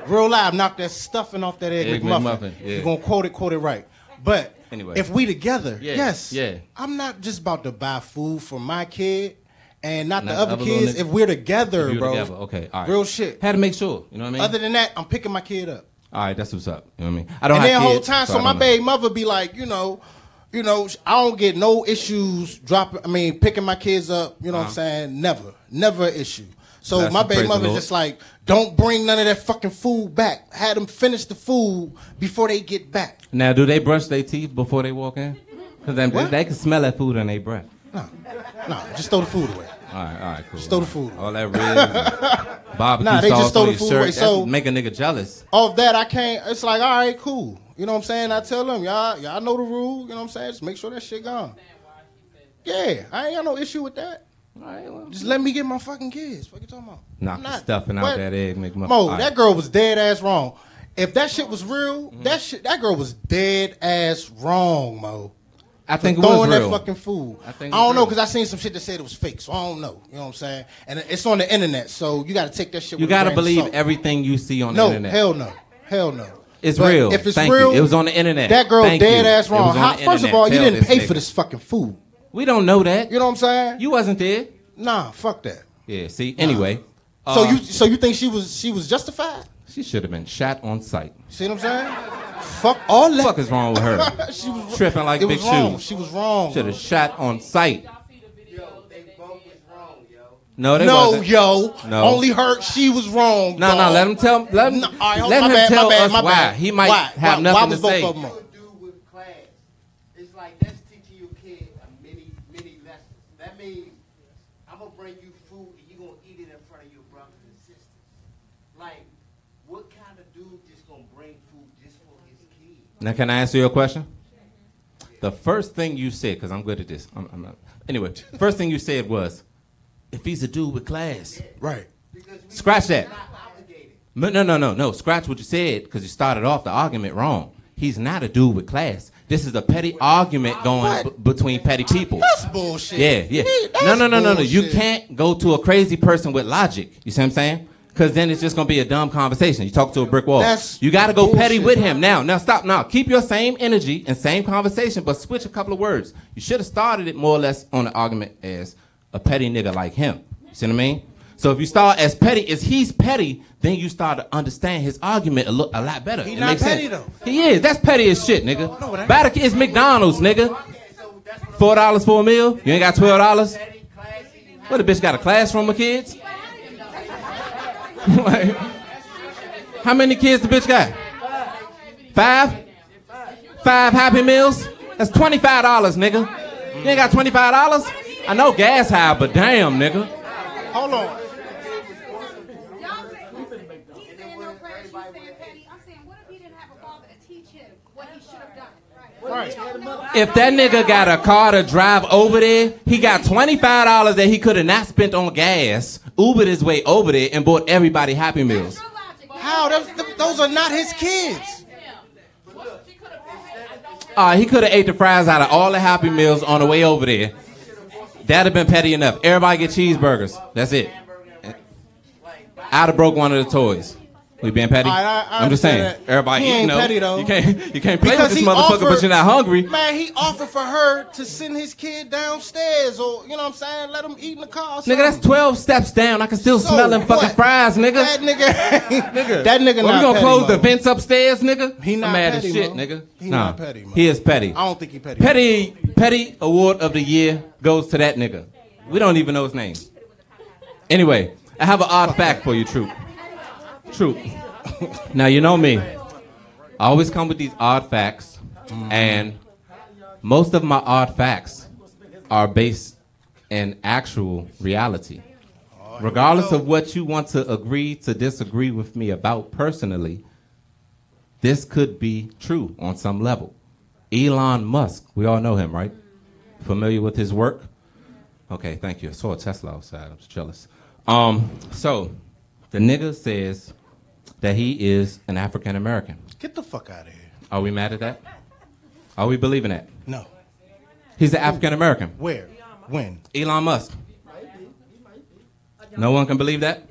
S2: Real live, knock that stuffing off that egg,
S1: Egg
S2: McMuffin.
S1: McMuffin,
S2: If
S1: yeah.
S2: You're gonna quote it, quote it right. But
S1: Anyway.
S2: if we together,
S1: Yeah,
S2: yes,
S1: yeah.
S2: I'm not just about to buy food for my kid and not,
S1: Not
S2: the other
S1: little
S2: kids.
S1: nigga.
S2: If we're together,
S1: If you're
S2: bro,
S1: together, Okay. All right.
S2: real shit.
S1: Had to make sure. You know what I mean?
S2: Other than that, I'm picking my kid up.
S1: All right, that's what's up. You know what I mean? I don't
S2: And
S1: have
S2: then
S1: kids,
S2: whole time, so,
S1: I
S2: my
S1: don't know.
S2: baby mother be like, you know, you know, sh- I don't get no issues dropping. I mean, picking my kids up. You know what I'm saying? Never, never an issue. So
S1: Uh-huh. That's
S2: my
S1: the
S2: baby
S1: praise the
S2: mother's
S1: Lord.
S2: just like, don't bring none of that fucking food back. Had them finish the food before they get back.
S1: Now, do they brush their teeth before they walk in? Because
S2: What?
S1: they can smell that food on their breath.
S2: No, just throw the food away.
S1: All right, all right, cool.
S2: Just throw the food away.
S1: All that ribs, and barbecue
S2: Nah, they just
S1: sauce
S2: throw
S1: on
S2: the
S1: your
S2: food
S1: shirt.
S2: away,
S1: That's
S2: so-
S1: make a nigga jealous.
S2: Off that, I can't. It's like, all right, cool. You know what I'm saying? I tell them, y'all, y'all know the rule. You know what I'm saying? Just make sure that shit gone. Yeah, I ain't got no issue with that.
S1: All right, well,
S2: Just let me get my fucking kids. What you talking about?
S1: knock the
S2: Not-
S1: stuffing out
S2: what?
S1: that egg, make my.
S2: Mo, that girl was dead ass wrong. If that shit was real,
S1: Mm-hmm.
S2: that shit, that girl was dead ass wrong, Mo.
S1: I think it was
S2: Throwing that
S1: real.
S2: fucking food. I,
S1: I think it
S2: don't
S1: was
S2: know
S1: real.
S2: because I seen some shit that said it was fake, so I don't know. You know what I'm saying? And it's on the internet, so you got to take that shit.
S1: you
S2: with a
S1: gotta
S2: grain of
S1: believe
S2: salt.
S1: everything you see on
S2: No,
S1: the internet.
S2: hell no, hell no.
S1: It's
S2: But
S1: real.
S2: If it's
S1: Thank
S2: real,
S1: you. It was on the internet.
S2: That girl
S1: Thank
S2: dead
S1: you.
S2: ass
S1: It was
S2: wrong.
S1: on
S2: How-
S1: the
S2: first of
S1: internet.
S2: all, you
S1: Tell
S2: didn't pay
S1: nigga.
S2: for this fucking food.
S1: We don't know that.
S2: You know what I'm saying?
S1: You wasn't there.
S2: nah, fuck that.
S1: Yeah. See. Anyway.
S2: so
S1: uh,
S2: you, so you think she was, she was justified?
S1: She should have been shot on sight.
S2: See what I'm saying? Fuck all that.
S1: Fuck is wrong with her?
S2: she was
S1: Tripping like
S2: it
S1: big
S2: was wrong.
S1: shoes.
S2: She was wrong.
S1: Should have shot on sight.
S6: Y'all see the video that they did?
S1: No, they
S2: no,
S1: wasn't.
S2: yo.
S1: No.
S2: Only her. She was wrong.
S1: No, no,
S2: dog.
S1: let him tell. Let him,
S2: No, all right, hold-
S1: let
S2: my
S1: him
S2: bad,
S1: tell
S2: my bad,
S1: us
S2: my
S1: why.
S2: bad.
S1: He might
S2: Why?
S1: have
S2: Why-
S1: nothing
S2: why was
S1: to
S2: both
S1: say.
S2: of 'em on?
S7: do with class. It's like that's teaching your kid many, many lessons. That means I'm gonna bring you food and you're gonna eat it in front of your brothers and sisters. Like, what kind of dude just gonna bring food just for his kid?
S1: Now, can I answer your question? The first thing you said, because I'm good at this. I'm, I'm not. Anyway, first thing you said was, if he's a dude with class,
S2: Right.
S7: Because we
S1: scratch that.
S7: not obligated.
S1: No, no, no, no, no. Scratch what you said, because you started off the argument wrong. He's not a dude with class. This is a petty argument going b- between petty people.
S2: That's bullshit.
S1: Yeah, yeah.
S2: That's
S1: No, no, no, no, no. You
S2: bullshit.
S1: can't go to a crazy person with logic. You see what I'm saying? Because then it's just gonna be a dumb conversation. You talk to a brick wall.
S2: That's
S1: you gotta go petty
S2: bullshit.
S1: with him now. Now stop. Now keep your same energy and same conversation, but switch a couple of words. You should have started it more or less on an argument as a petty nigga like him. You see what I mean? So if you start as petty as he's petty, then you start to understand his argument a, lo- a lot better.
S2: He
S1: It
S2: not
S1: makes
S2: petty,
S1: sense. He is. That's petty as shit, nigga.
S2: No, it ain't.
S1: Batter is McDonald's, nigga.
S7: Okay, so that's what
S1: Four dollars for a meal? You ain't got twelve dollars?
S7: Petty, classy.
S1: What the bitch got a classroom of kids? Like, how many kids the bitch got? Five? Five happy meals? That's twenty-five dollars, nigga. You ain't got twenty-five dollars? I know gas high, but damn, nigga.
S2: Hold on.
S8: Y'all say, listen, he's saying no crash, he's saying petty. I'm saying, what if he didn't have a father to teach him what he should have done?
S2: Right.
S8: We don't know.
S1: If that nigga got a car to drive over there, he got twenty-five dollars that he could have not spent on gas, Ubered his way over there, and bought everybody happy meals.
S8: That's your logic.
S2: How? Those, th- those are not his kids.
S1: Uh, he could have ate the fries out of all the Happy Meals on the way over there. That'd have been petty enough. Everybody get cheeseburgers. That's it. I'd have broke one of the toys. We being petty?
S2: I- I- I
S1: am just saying.
S2: understand that.
S1: Everybody
S2: He
S1: eating
S2: ain't
S1: though.
S2: petty, though.
S1: You can't you can't play
S2: Because
S1: with
S2: he
S1: this motherfucker,
S2: offered-
S1: but you're not hungry.
S2: Man, he offered for her to send his kid downstairs or, you know what I'm saying, let him eat in the car. Or
S1: Nigga, that's twelve steps down. I can still
S2: So
S1: smell them fucking
S2: what?
S1: fries, nigga.
S2: That nigga,
S1: nigga.
S2: that nigga
S1: Well,
S2: not
S1: we gonna
S2: petty,
S1: close the
S2: Mo.
S1: vents upstairs, nigga.
S2: He not
S1: I'm mad
S2: petty,
S1: as shit,
S2: Mo.
S1: nigga.
S2: He
S1: nah.
S2: not petty, Mo.
S1: He is petty.
S2: I don't think he petty.
S1: Petty Petty Award of the Year goes to that nigga. We don't even know his name. Anyway, I have an odd fact for you, Troop. Troop. now you know me. I always come with these odd facts, and most of my odd facts are based in actual reality. Regardless of what you want to agree to disagree with me about personally, this could be true on some level. Elon Musk, we all know him, right? Familiar with his work? Okay, thank you. I saw a Tesla outside. I'm jealous. Um, so the nigga says that he is an African American.
S2: Get the fuck out of here.
S1: Are we mad at that? Are we believing that?
S2: No.
S1: He's an African American.
S2: Where? When?
S1: Elon Musk. No one can believe that?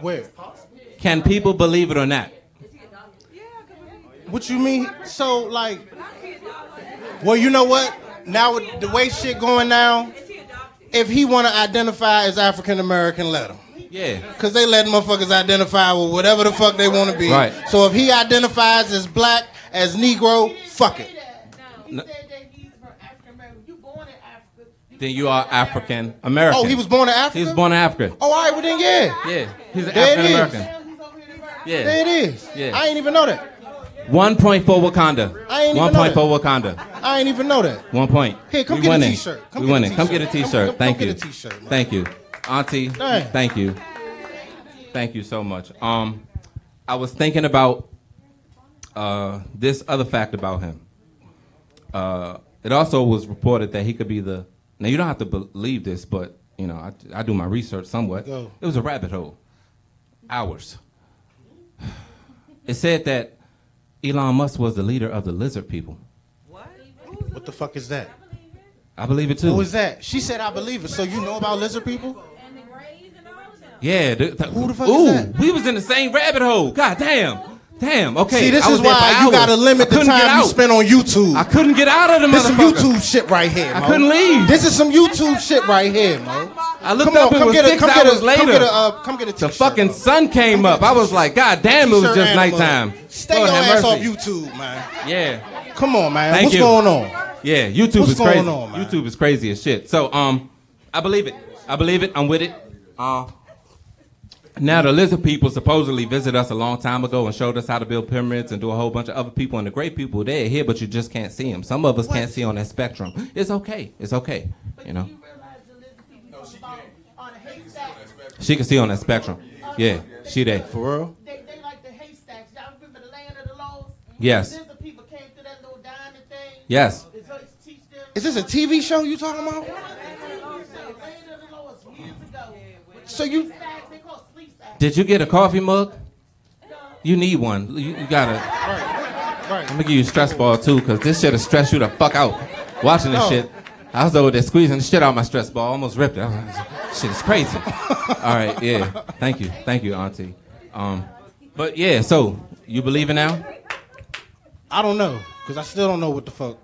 S2: Where?
S1: Can people believe it or not?
S2: What you mean? So like, well, you know what? Now with the way shit going down, if he want to identify as African American, let him.
S1: Yeah.
S2: Cause they let motherfuckers identify with whatever the fuck they want to be.
S1: Right.
S2: So if he identifies as black, as Negro, fuck it.
S3: He said that he's from African America. You born in Africa. you
S1: Then you are African American.
S2: Oh, he was born in Africa.
S1: He was born in Africa.
S2: Oh, all right. Well then, yeah.
S1: Yeah. He's an
S2: There it
S1: African American.
S3: He's over here in America.
S1: Yeah.
S2: There it is.
S1: Yeah.
S2: I ain't even know that.
S1: One point for Wakanda.
S2: I ain't even
S1: One
S2: know
S1: point for Wakanda.
S2: I ain't even know that.
S1: One point.
S2: Here, come
S1: we
S2: get a
S1: winning.
S2: t-shirt. Come
S1: we
S2: get a
S1: winning. Come
S2: t-shirt.
S1: get a
S2: Come-
S1: t-shirt.
S2: come-
S1: Thank
S2: come
S1: you.
S2: get a t-shirt, man.
S1: Thank you, Auntie.
S2: Dang.
S1: Thank you. Thank you so much. Um, I was thinking about uh, this other fact about him. Uh, it also was reported that he could be the. Now you don't have to believe this, but you know I, I do my research somewhat.
S2: Go.
S1: It was a rabbit hole. Hours. It said that Elon Musk was the leader of the lizard people.
S4: What? Who's
S2: What the fuck is that?
S1: I believe it too.
S2: Who Oh, is that? She said, "I believe it." So you know about lizard people?
S1: Yeah. The,
S2: Who the fuck is
S1: ooh,
S2: that?
S1: we was in the same rabbit hole. God damn. Damn. Okay.
S2: See, this
S1: I
S2: is
S1: was there
S2: why
S1: for
S2: you
S1: hours.
S2: gotta limit the
S1: I couldn't get
S2: time you
S1: out.
S2: spend on YouTube.
S1: I couldn't get out of the
S2: This some
S1: motherfucker.
S2: YouTube shit right here.
S1: I
S2: Mo.
S1: couldn't leave.
S2: This is some YouTube shit right here, Mo.
S1: I looked up. it was six
S2: come get
S1: hours
S2: a,
S1: later.
S2: Come get a, uh, come get a
S1: the
S2: t-shirt,
S1: fucking
S2: Mo.
S1: sun came up. I was like, God damn, it was
S2: T-shirt
S1: just
S2: and a mug.
S1: nighttime.
S2: Stay
S1: Lord
S2: your
S1: have
S2: ass off
S1: mercy.
S2: YouTube, man.
S1: Yeah,
S2: Come on, man.
S1: Thank
S2: What's
S1: you.
S2: going on?
S1: yeah. YouTube
S2: What's
S1: is crazy.
S2: going on, man?
S1: YouTube is crazy as shit. So, um, I believe it. I believe it. I'm with it. Uh, now the lizard people supposedly visited us a long time ago and showed us how to build pyramids and do a whole bunch of other people. And the great people, they're here, but you just can't see them. Some of us can't see on that spectrum. It's okay. It's okay. You know,
S3: You realize the lizard people talking about on a haystack.
S1: she can see on that spectrum. Yeah, she there.
S2: For real?
S3: They, they like the haystacks. Y'all remember the land of the lows?
S1: Yes.
S3: The lizard people came through that little diamond thing.
S1: Yes.
S3: It's us teach them.
S2: Is this a TV show you talking
S3: Land
S2: about?
S3: of the lows years ago. With
S2: So you
S3: stacks, they call sleep stacks.
S1: Did you get a coffee mug? You need one. You, you gotta. I'm gonna give you a stress ball too, cause this shit'll stress you the fuck out. Watching this
S2: No.
S1: shit, I was over there squeezing the shit out of my stress ball, almost ripped it. I was like, shit is crazy. All right, yeah. Thank you, thank you, Auntie. Um, but yeah, so you believe it now?
S2: I don't know, cause I still don't know what the fuck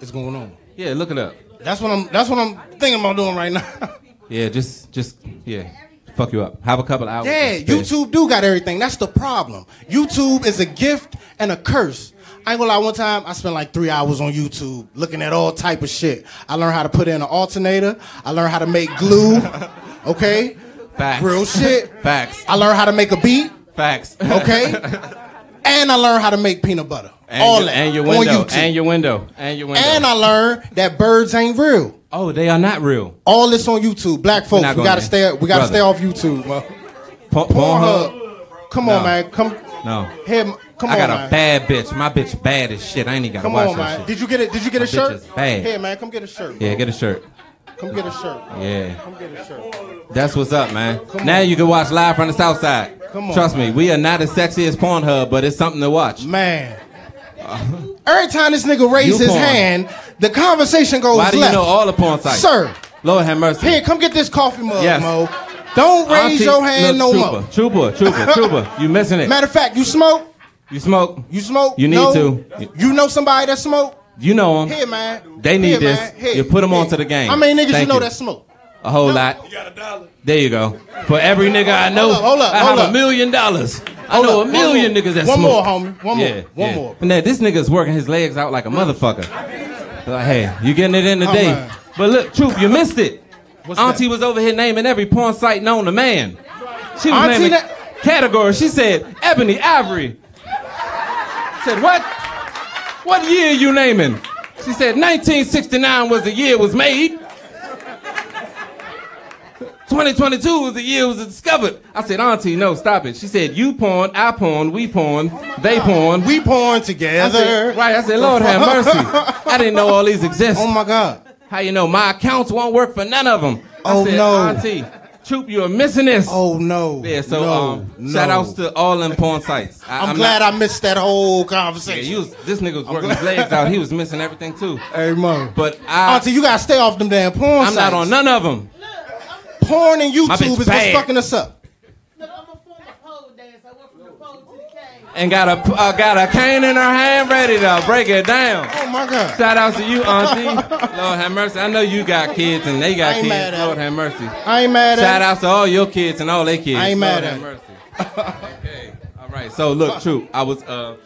S2: is going on.
S1: Yeah, look it up.
S2: That's what I'm. That's what I'm thinking about doing right now.
S1: Yeah, just, just, yeah. Fuck you up. Have a couple hours.
S2: Yeah,
S1: to spare.
S2: YouTube do got everything. That's the problem. YouTube is a gift and a curse. I ain't gonna lie. One time, I spent like three hours on YouTube looking at all type of shit. I learned how to put in an alternator. I learned how to make glue. Okay,
S1: Facts.
S2: real shit.
S1: Facts.
S2: I learned how to make a beat.
S1: Facts.
S2: Okay, and I learned how to make peanut butter.
S1: And
S2: all
S1: your,
S2: that
S1: and your
S2: on
S1: window.
S2: YouTube.
S1: And your window. And your window.
S2: And I learned that birds ain't real.
S1: oh, they are not real.
S2: All this on YouTube. Black folks,
S1: not
S2: we
S1: going
S2: gotta
S1: there.
S2: stay. We gotta
S1: Brother.
S2: stay off YouTube, bro.
S1: Porn, Pornhub.
S2: Pornhub. Come on,
S1: No.
S2: man. Come
S1: No.
S2: here. m- Come
S1: I
S2: on,
S1: got a
S2: man.
S1: bad bitch. My bitch bad as shit. I ain't even gotta
S2: Come
S1: watch
S2: on,
S1: that
S2: man.
S1: shit.
S2: Did you get it? Did you get a
S1: bitch
S2: shirt?
S1: is bad.
S2: Here, man. Come get a shirt.
S1: Yeah, get a shirt.
S2: Come get a shirt.
S1: Yeah.
S2: Come get a shirt.
S1: That's what's up, man. now you can watch live from the south side.
S2: Come on,
S1: Trust me, we are not as sexy as Pornhub, but it's something to watch.
S2: Man. Every time this nigga raises
S1: You
S2: his
S1: porn.
S2: hand, the conversation goes
S1: Why do
S2: left.
S1: you know all the porn sites?
S2: Sir,
S1: Lord have mercy.
S2: here, come get this coffee mug,
S1: Yes.
S2: Mo. Don't raise
S1: Auntie-
S2: your hand no
S1: look,
S2: more.
S1: Trooper, trooper, trooper, trooper. You missing it.
S2: Matter of fact, you smoke?
S1: You smoke.
S2: You smoke?
S1: You need
S2: No?
S1: to.
S2: You know somebody that smoke?
S1: You know them.
S2: Here, man.
S1: They need
S2: Here,
S1: this.
S2: man. Here,
S1: You put 'em
S2: here.
S1: onto the game.
S2: How many niggas you
S1: Thank
S2: know
S1: you.
S2: that smoke?
S1: A whole lot.
S5: got a dollar.
S1: There you go. For every nigga I know,
S2: up, hold up,
S1: I
S2: hold
S1: have
S2: up.
S1: a million dollars. I
S2: Hold
S1: know
S2: up,
S1: a
S2: one
S1: million
S2: more.
S1: niggas that
S2: One
S1: smoke.
S2: more, homie. One more.
S1: Yeah,
S2: One
S1: yeah.
S2: more.
S1: Now this nigga's working his legs out like a motherfucker. Like, hey, you getting it in
S2: Oh,
S1: today?
S2: man.
S1: but look, truth, you missed it.
S2: What's
S1: Auntie
S2: that?
S1: was over here naming every porn site known to man. She was
S2: Auntie
S1: naming
S2: that-
S1: categories. She said ebony, ivory. said what? What year you naming? She said 1969 was the year it was made. 2022 was the year it was discovered. I said, Auntie, no, stop it. She said, you porn, I porn, we porn, they porn.
S2: We porn
S1: I
S2: together.
S1: said, right, I said, Lord have mercy. I didn't know all these exist.
S2: Oh my God.
S1: How you know? My accounts won't work for none of them. I
S2: Oh,
S1: said,
S2: no.
S1: Auntie, Troop, you're missing this.
S2: Oh no.
S1: yeah, so
S2: no,
S1: um,
S2: no.
S1: shout outs to all them porn sites. I,
S2: I'm, glad
S1: not-
S2: I missed that whole
S1: yeah,
S2: conversation.
S1: you was, this nigga was working his
S2: glad-
S1: legs out. He was missing everything too.
S2: hey Mo.
S1: But I,
S2: Auntie, you gotta stay off them damn porn
S1: I'm not
S2: sites.
S1: on none of them.
S2: Porn and
S1: My bitch
S2: YouTube is what's
S1: bad.
S2: fucking us up.
S6: Look, I'm a former pole dancer. I went from the pole to the cave.
S1: And got a uh, got a cane in her hand, ready to break it down.
S2: Oh my God.
S1: Shout outs to you, Auntie. Lord have mercy. I know you got kids and they
S2: I
S1: got
S2: ain't mad
S1: kids.
S2: at
S1: Lord
S2: it.
S1: have mercy.
S2: I ain't mad at
S1: Shout outs to all your kids and all their kids.
S2: I ain't
S1: Lord
S2: mad
S1: have
S2: at it.
S1: mercy. Okay. All right. So look, true. I was uh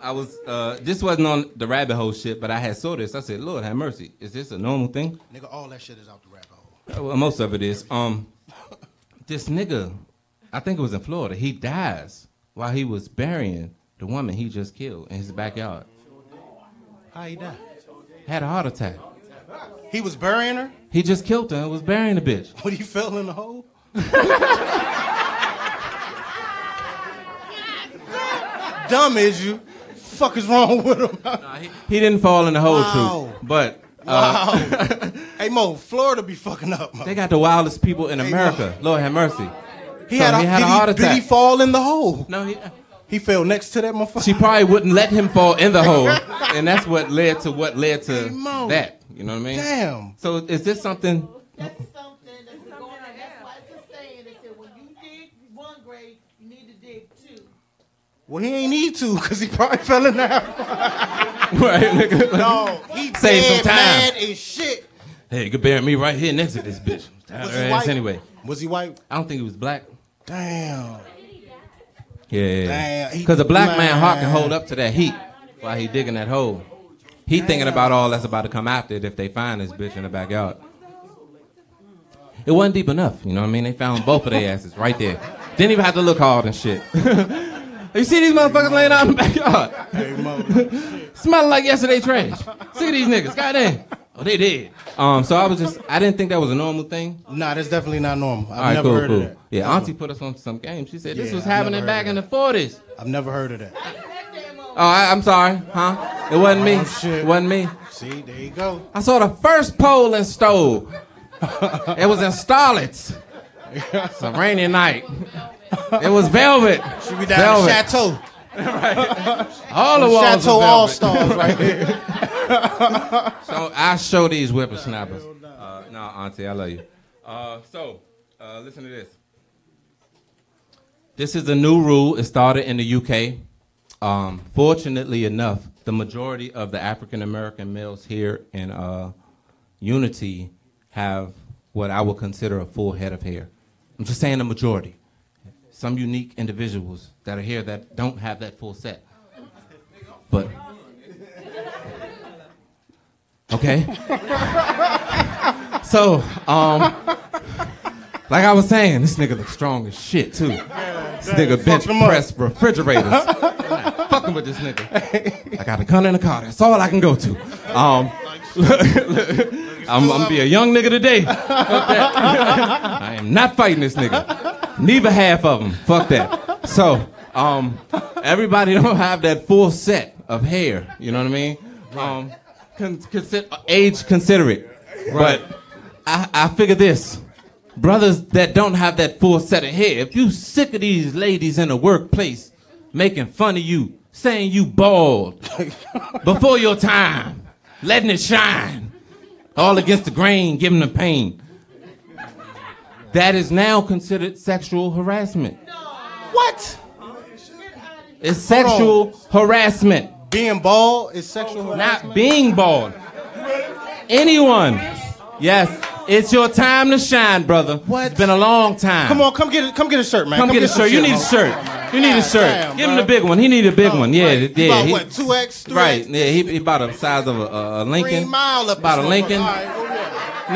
S1: I was uh this wasn't on the rabbit hole shit, but I had saw this. I said, Lord have mercy. Is this a normal thing?
S2: it. Nigga, all that shit is out the rabbit hole.
S1: Uh, Well, most of it is. Um this nigga, I think it was in Florida, he dies while he was burying the woman he just killed in his backyard.
S2: How he died?
S1: Had a heart attack.
S2: He was burying her,
S1: He just killed her and was burying the bitch.
S2: but he fell in the hole. Dumb is you. Fuck is wrong with him?
S1: He didn't fall in the hole,
S2: Wow.
S1: truth. But uh,
S2: Wow. hey Mo, Florida be fucking up, Mo.
S1: they got the wildest people in America. Lord have mercy.
S2: He
S1: So
S2: had a,
S1: he had
S2: did,
S1: a heart
S2: he, did
S1: attack.
S2: he fall in the hole?
S1: No, he,
S2: He fell next to that motherfucker.
S1: she probably wouldn't let him fall in the hole, and that's what led to what led to
S2: Hey, Mo.
S1: that. You know what I mean?
S2: Damn.
S1: So is this something?
S6: That's something that's been going on. That's why it's a saying. They said when you dig one grave, you need to dig two.
S2: Well, he ain't need to because he probably fell in the hole.
S1: right, nigga.
S2: No, he
S1: Save
S2: dead
S1: some time.
S2: mad as shit.
S1: Hey, you could bury me right here next to this bitch.
S2: Was
S1: Her
S2: he
S1: ass
S2: white?
S1: anyway,
S2: Was he white?
S1: I don't think he was black.
S2: Damn.
S1: Yeah,
S2: Damn, he-
S1: because a black man heart can
S2: man.
S1: hold up to that heat while he digging that hole. He thinking about all that's about to come after it if they find this bitch in the backyard. It wasn't deep enough, you know what I mean? They found both of their asses right there. Didn't even have to look hard and shit. you see these motherfuckers laying out in the backyard,
S2: Hey, Mo.
S1: smelling like yesterday trash. See these niggas, goddamn. Oh, they did. Um, so I was just, I didn't think that was a normal thing.
S2: nah, that's definitely not normal. I've
S1: All right,
S2: never
S1: cool,
S2: heard
S1: cool.
S2: of that.
S1: Yeah, Auntie put us on to some game. She said this
S2: Yeah,
S1: was
S2: I've
S1: happening
S2: never heard
S1: back
S2: of
S1: in the '40s.
S2: I've never heard of that.
S1: Oh, I, I'm sorry, huh? It wasn't me.
S2: Oh, shit.
S1: It wasn't me.
S2: See, there you go.
S1: I saw the first pole in Stowe. it was in Starlets. It's a rainy night. It was velvet.
S2: She be down in Chateau.
S1: All the walls
S2: Chateau
S1: were
S2: All
S1: velvet.
S2: Stars right here.
S1: So I show these whippersnappers. Uh, no, Auntie, I love you. Uh, so, uh, listen to this. This is a new rule. It started in the UK. Um, fortunately enough, the majority of the African American males here in uh, Unity have what I would consider a full head of hair. I'm just saying the majority. Some unique individuals that are here that don't have that full set. But Okay. so, um, like I was saying, this nigga looks strong as shit too. This nigga bench
S2: them up.
S1: press refrigerators. I'm not fucking with this nigga. I got a gun in the car. That's all I can go to. Um, I'm, I'm be a young nigga today. Fuck that. I am not fighting this nigga. Neither half of them. Fuck that. So, um, everybody don't have that full set of hair. You know what I mean? Um, con- consi- age considerate. But I, I figure this. Brothers that don't have that full set of hair, if you sick of these ladies in the workplace making fun of you, saying you bald before your time, letting it shine, all against the grain, giving them pain. That is now considered sexual harassment.
S2: What?
S1: It's sexual harassment,
S2: Being bald is sexual harassment?
S1: not being bald. Anyone. Yes, it's your time to shine, brother.
S2: What?
S1: It's been a long time.
S2: Come on, come get a, come get a shirt, man.
S1: Come, get, a
S2: some
S1: shirt. You need a
S2: man.
S1: shirt. You need a
S2: God
S1: shirt.
S2: damn,
S1: Give him
S2: bro.
S1: the big one. He need a big one. Yeah,
S2: Right.
S1: yeah.
S2: You bought
S1: he-
S2: what? Two X, three
S1: Right.
S2: X,
S1: Yeah, he, he bought a size of a, a, a Lincoln.
S2: Green Mile up.
S1: Bought
S2: this motherfucker.
S1: a Lincoln.
S2: All right, go ahead.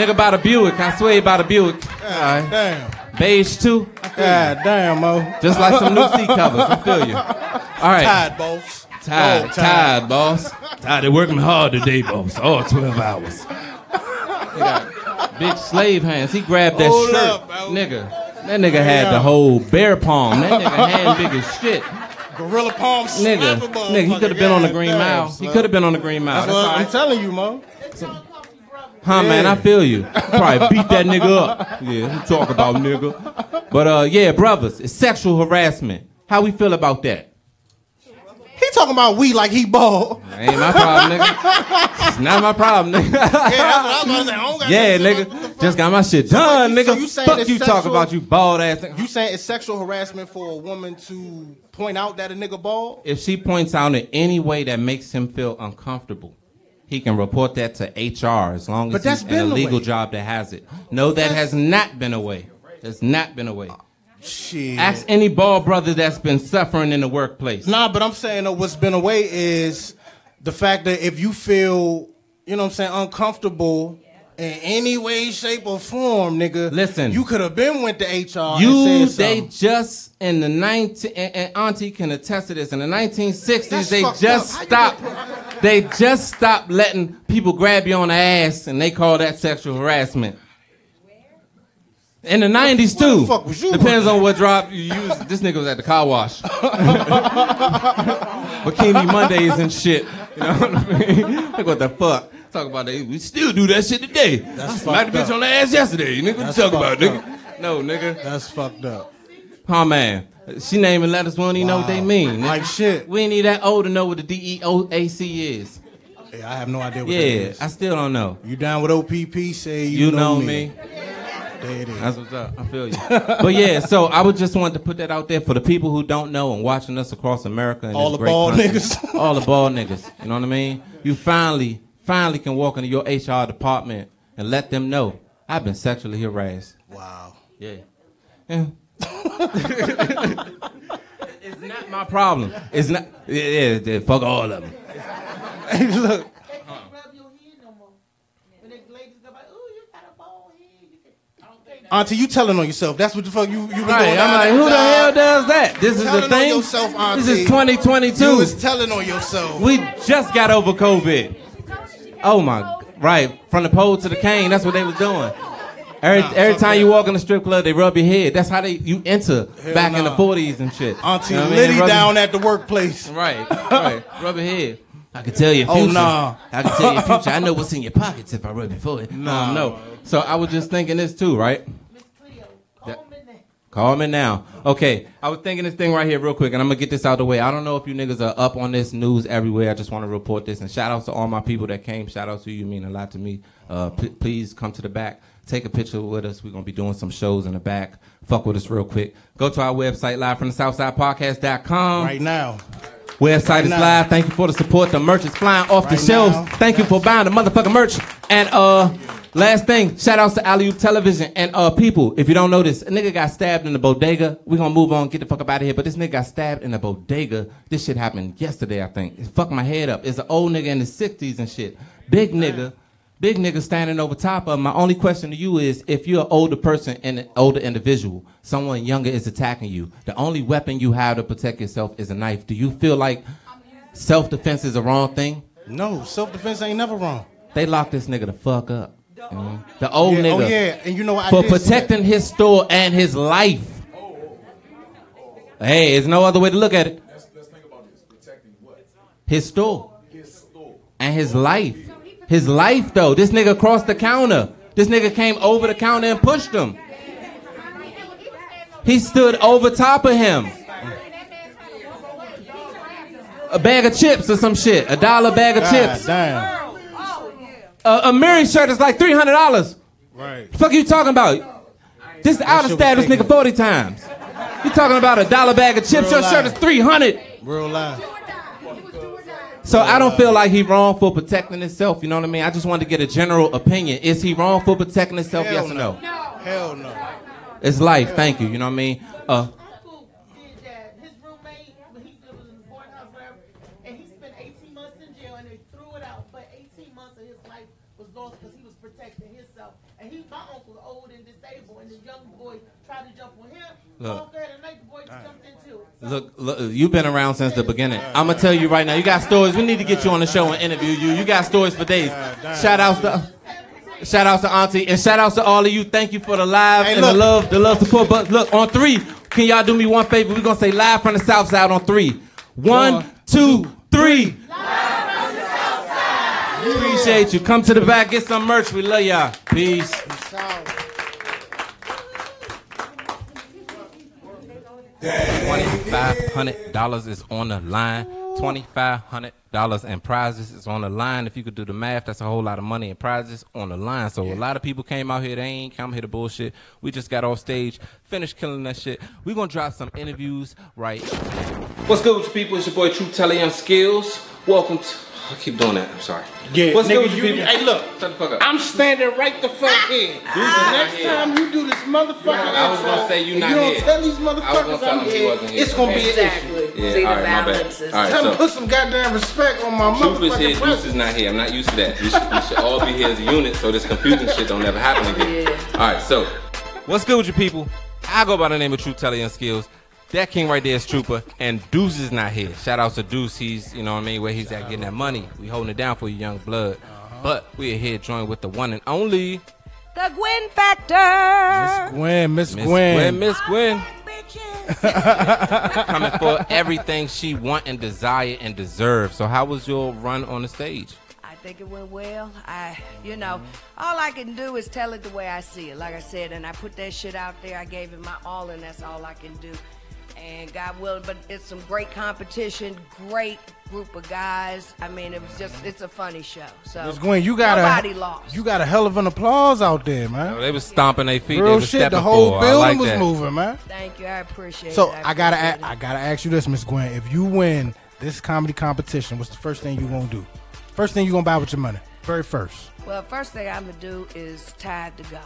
S1: Nigga bought a Buick. I swear he bought a Buick. All right.
S2: Damn.
S1: Beige too.
S2: God damn, Mo.
S1: Just like some new seat covers. I feel you. All right.
S2: Tide, boss.
S1: Tired,
S2: Oh,
S1: tired, boss. Tired of working hard today, boss. All 12 hours. They got Big slave hands. He grabbed that
S2: Hold
S1: shirt.
S2: up, uh, bro.
S1: nigga. That nigga had the whole bear palm. That nigga hand big as shit.
S2: Gorilla palm
S1: Nigga,
S2: slapper,
S1: nigga, he
S2: motherfucker.
S1: could have been on the
S2: God
S1: green
S2: damn,
S1: mile. He
S2: son.
S1: could have been on the green mile.
S2: That's what
S1: That's
S2: I'm
S1: all right.
S2: telling you, Mo.
S1: Huh, man,
S2: Yeah.
S1: I feel you. Probably beat that nigga up. Yeah, who talk about nigga? But uh, yeah, brothers, it's sexual harassment. How we feel about that?
S2: He talking about we like he bald. Yeah,
S1: Ain't my problem, nigga. It's not my problem, nigga.
S2: that's what I was gonna say. I don't got
S1: Yeah,
S2: nothing to do with
S1: nigga. Just got my shit done,
S2: like, so
S1: nigga.
S2: you saying
S1: Fuck
S2: it's
S1: you talk
S2: sexual?
S1: about you bald ass nigga.
S2: You saying it's sexual harassment for a woman to point out that a nigga bald?
S1: If she points out in any way that makes him feel uncomfortable, he can report that to HR as long as
S2: But that's
S1: he's
S2: been
S1: in
S2: the
S1: a legal
S2: way.
S1: job that has it. No, that has not been a way. That's not been a way.
S2: Shit.
S1: Ask any bald brother that's been suffering in the workplace.
S2: Nah, but I'm saying though, what's been away is the fact that if you feel, you know what I'm saying, uncomfortable in any way, shape, or form, nigga,
S1: Listen.
S2: you could have been went to HR
S1: You,
S2: and said
S1: they
S2: something.
S1: just in the 19, and, and Auntie can attest to this. In the 1960s,
S2: That's
S1: they
S2: fucked
S1: just
S2: up. How you
S1: stopped. They just stopped letting people grab you on the ass, and they call that sexual harassment. In the 90s
S2: where the
S1: too.
S2: fuck was you
S1: Depends on what drop you use. This nigga was at the car wash. Bikini Mondays and shit. You know what I mean? Like what the fuck? Talk about that. We still do that shit today. That's I smacked a
S2: fucked
S1: bitch
S2: up.
S1: on the ass yesterday. You nigga what
S2: That's
S1: you talk about,
S2: fucked
S1: nigga? No, nigga.
S2: That's fucked up.
S1: Huh, man. She naming letters, we don't even know what they mean.
S2: Like shit.
S1: We ain't need that old to know what the E DEOAC is.
S2: Yeah, I have no idea what that
S1: Yeah,
S2: is.
S1: I still don't know.
S2: you down with OPP? Say you,
S1: You, know, me.
S2: There it is.
S1: That's what's up. I feel you. but yeah, so I would just want to put that out there for the people who don't know and watching us across America. And
S2: All
S1: this
S2: the
S1: great
S2: bald
S1: country.
S2: niggas.
S1: All the bald niggas. You know what I mean? You finally, finally can walk into your HR department and let them know I've been sexually harassed.
S2: wow.
S1: Yeah. Yeah. it's not my problem. It's not. Yeah, yeah, yeah, fuck all of them.
S2: Hey, look.
S6: They can't rub your head no more. When they ladies go by, ooh, you got a bald head. You can- I don't think that.
S2: Auntie, you telling on yourself. That's what the fuck you you been
S1: Right.
S2: doing.
S1: I'm like, who the hell does that? This is
S2: Telling
S1: the
S2: on
S1: thing.
S2: yourself,
S1: this
S2: Auntie.
S1: is
S2: You
S1: 2022.
S2: was telling on yourself.
S1: We just got over COVID. Oh my. Right. From the pole to the cane. That's what they was doing. Every,
S2: Nah,
S1: every
S2: fuck
S1: time
S2: that.
S1: you walk in the strip club, they rub your head. That's how they you enter back in the
S2: nah.
S1: 40s and shit.
S2: Auntie
S1: You know what I mean? They
S2: Liddy
S1: rub your-
S2: down at the workplace.
S1: Right, right. rub your head. I can tell your
S2: Oh,
S1: future.
S2: nah.
S1: I can tell your future. I know what's in your pockets if I rub your foot. No, Um, no. So I was just thinking this too, right?
S6: Miss Cleo,
S1: That-
S6: call me now.
S1: Call me now. Okay, I was thinking this thing right here real quick, and I'm gonna get this out the way. I don't know if you niggas are up on this news everywhere. I just want to report this, and shout outs to all my people that came. Shout out to you, you mean a lot to me. Uh, p- please come to the back, take a picture with us. We're gonna be doing some shows in the back. Fuck with us real quick. Go to our website, live from the southsidepodcast.com.
S2: Right now.
S1: Website is
S2: now.
S1: live. Thank you for the support. The merch is flying off the
S2: Right
S1: shelves.
S2: now.
S1: Thank you for buying the motherfucking merch. And uh, last thing, shout outs to Alley Oop Television and uh, people. If you don't know this, a nigga got stabbed in the bodega. We gonna move on, get the fuck up out of here. But this nigga got stabbed in the bodega. This shit happened yesterday, I think. It fucked my head up. It's an old nigga in the '60s and shit. Big nigga Big nigga standing over top of him. My only question to you is if you're an older person and an older individual, someone younger is attacking you, the only weapon you have to protect yourself is a knife. Do you feel like self defense is a wrong thing?
S2: No, self defense ain't never wrong.
S1: They locked this nigga the fuck up. you know? The old
S2: Yeah,
S1: nigga.
S2: Oh yeah, and you know what? I
S1: for
S2: did see that.
S1: protecting his store and his life. Hey, there's no other way to look at it.
S5: Let's, let's think about this. Protecting what?
S1: His store
S5: His store.
S1: and his life. His life, though. This nigga crossed the counter. This nigga came over the counter and pushed him. He stood over top of him. A bag of chips or some shit. A dollar bag of
S2: God
S1: chips.
S2: Damn.
S1: A, a Mary shirt is like three hundred dollars.
S2: Right.
S1: Fuck you talking about? This is out of
S2: shit
S1: stab
S2: was
S1: this nigga
S2: taken.
S1: forty times. You talking about a dollar bag of chips? Your
S2: Real
S1: shirt is
S2: life.
S1: three hundred.
S2: Real life.
S1: So I don't feel like he wrong for protecting himself. You know what I mean? I just wanted to get a general opinion. Is he wrong for protecting himself?
S2: Hell
S1: yes or
S2: no.
S1: no?
S2: Hell no.
S1: It's life. Thank you. You know what I mean? Uh,
S6: uncle did that. His roommate, when he was in the boarding house, whatever, and he spent 18 months in jail, and they threw it out. But 18 months of his life was lost because he was protecting himself. And he, my uncle, old and disabled, and the young boy tried to jump on him.
S1: Look.
S6: Look, third at night, the boy jumped into it. So,
S1: look, look, you've been around since the beginning. I'm gonna tell you right now. You got stories. We need to get you on the show and interview you. You got stories for days. Shout outs to. Shout outs to Auntie and shout outs to all of you. Thank you for the live
S2: Hey,
S1: and
S2: look.
S1: the love, the love support. But look, on three, can y'all do me one favor? We're gonna say live from the South Side on three. One, two, three. Appreciate you. Come to the back, get some merch. We love y'all. Peace. $2,500 is on the line. $2,500 in prizes is on the line. If you could do the math, that's a whole lot of money in prizes on the line. So a lot of people came out here. They ain't come here to bullshit. We just got off stage, finished killing that shit. we going to drop some interviews right What's good with you people? It's your boy True Telly on Skills. Welcome to. I keep doing that. I'm sorry.
S2: Yeah,
S1: What's
S2: nigga,
S1: good with you
S2: you-
S1: people?
S2: hey, look.
S1: Shut the fuck up.
S2: I'm standing right the
S9: Ah.
S2: fuck here.
S1: not
S2: the next
S1: here.
S2: time you do this motherfucking
S1: I was gonna
S2: intro,
S1: say you
S2: and
S1: not
S2: you don't
S1: here.
S2: tell these
S1: I was gonna
S2: motherfuckers
S1: tell
S2: I'm
S1: him he
S2: here,
S1: wasn't here.
S2: it's gonna be an issue.
S9: Exactly.
S1: Yeah,
S9: See the
S1: all right, my bad.
S9: balance is
S1: All right.
S2: Tell them
S1: so-
S2: put some goddamn respect on my
S1: Truth is here,
S2: motherfucking
S1: Deuce is
S2: presence.
S1: not here. I'm not used to that. We should, we should all be here as a unit so this confusing shit don't ever happen again. All right, so what's good with you people? I go by the name of True Telly and Skills. That king right there is Trooper, and Deuce is not here. Shout out to Deuce. He's, you know what I mean, where he's at getting that money. We holding it down for you, young blood.
S2: Uh-huh.
S1: But we are here joined with the one and only
S9: The Gwen Factor.
S2: Gwen, Miss
S1: Miss Gwen. Miss Gwen. coming for everything she want and desire and deserve. So how was your run on the stage?
S9: I think it went well. I, you know, all I can do is tell it the way I see it. Like I said, and I put that shit out there. I gave it my all, and that's all I can do. And God willing, but it's some great competition, great group of guys. I mean, it was just, it's a funny show. So
S2: Miss Gwen, you got
S9: nobody
S2: a
S9: lost.
S2: you got a hell of an applause out there,
S1: Oh,
S2: man.
S1: They was stomping their feet. they
S2: Real
S1: was
S2: shit,
S1: stepping
S2: the whole
S1: forward. I
S2: building
S1: like
S2: was
S1: that.
S2: moving, man.
S9: Thank you. I appreciate
S2: So
S9: it.
S2: I gotta
S9: appreciate
S2: a- I gotta ask you this, Miss Gwen. If you win this comedy competition, what's the first thing you gonna do? First thing you gonna buy with your money? Very first.
S9: it. Well, first thing I'm gonna do is tithe to God.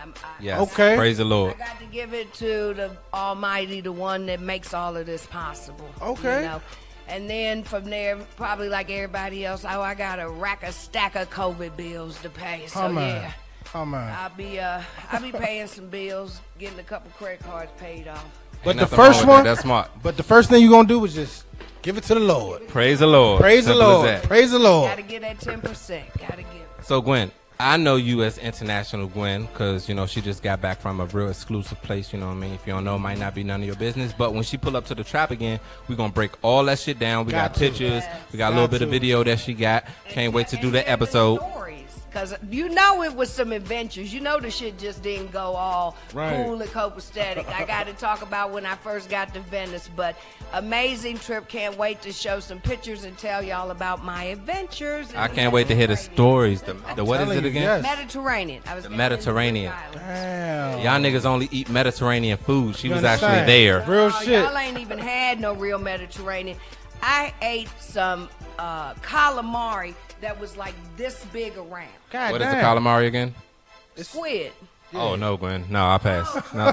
S9: I'm, I,
S1: Yes.
S2: Okay.
S1: Praise the
S9: I
S1: Lord.
S9: got to give it to the Almighty, the one that makes all of this possible.
S2: Okay.
S9: You know? And then from there, probably like everybody else, oh, I got a rack, a stack of COVID bills to pay. So
S2: Come on,
S9: yeah,
S2: come on.
S9: I'll be uh, I'll be paying some bills, getting a couple credit cards paid off.
S2: But
S1: Ain't
S2: the
S1: nothing wrong
S2: first
S1: with
S2: one,
S1: that. That's smart.
S2: But the first thing you gonna do is just give it to the Lord.
S1: Praise the Lord.
S2: Praise the
S1: Simple as
S2: Lord.
S1: that.
S2: Praise the
S9: Got to
S2: Lord.
S9: get that ten percent. Got to get.
S1: So Gwen, I know you as international Gwen, cause you know she just got back from a real exclusive place. You know what I mean? If you don't know, it might not be none of your business. But when she pull up to the trap again, we gonna break all that shit down. We got,
S2: Got to.
S1: pictures. We got a little
S2: Got
S1: bit of
S2: to.
S1: video that she got. Can't wait to do that episode.
S9: Because you know it was some adventures. You know the shit just didn't go all
S2: Right.
S9: cool and copacetic. I got to talk about when I first got to Venice, but amazing trip. Can't wait to show some pictures and tell y'all about my adventures. in
S1: I
S9: the
S1: can't wait to hear the stories. The, the what is
S2: telling
S1: it
S2: you,
S1: again?
S2: yes.
S9: Mediterranean. I was down in
S1: Mediterranean.
S9: Greek island.
S2: Damn.
S1: Y'all niggas only eat Mediterranean food. She
S2: You
S1: was actually
S2: understand?
S1: there.
S2: Real
S9: Oh,
S2: shit.
S9: Y'all ain't even had no real Mediterranean. I ate some uh, calamari that was like this big around.
S2: God
S1: What is the
S2: damn.
S1: calamari again?
S9: Squid.
S1: Oh no, Gwen. No, I pass. No, I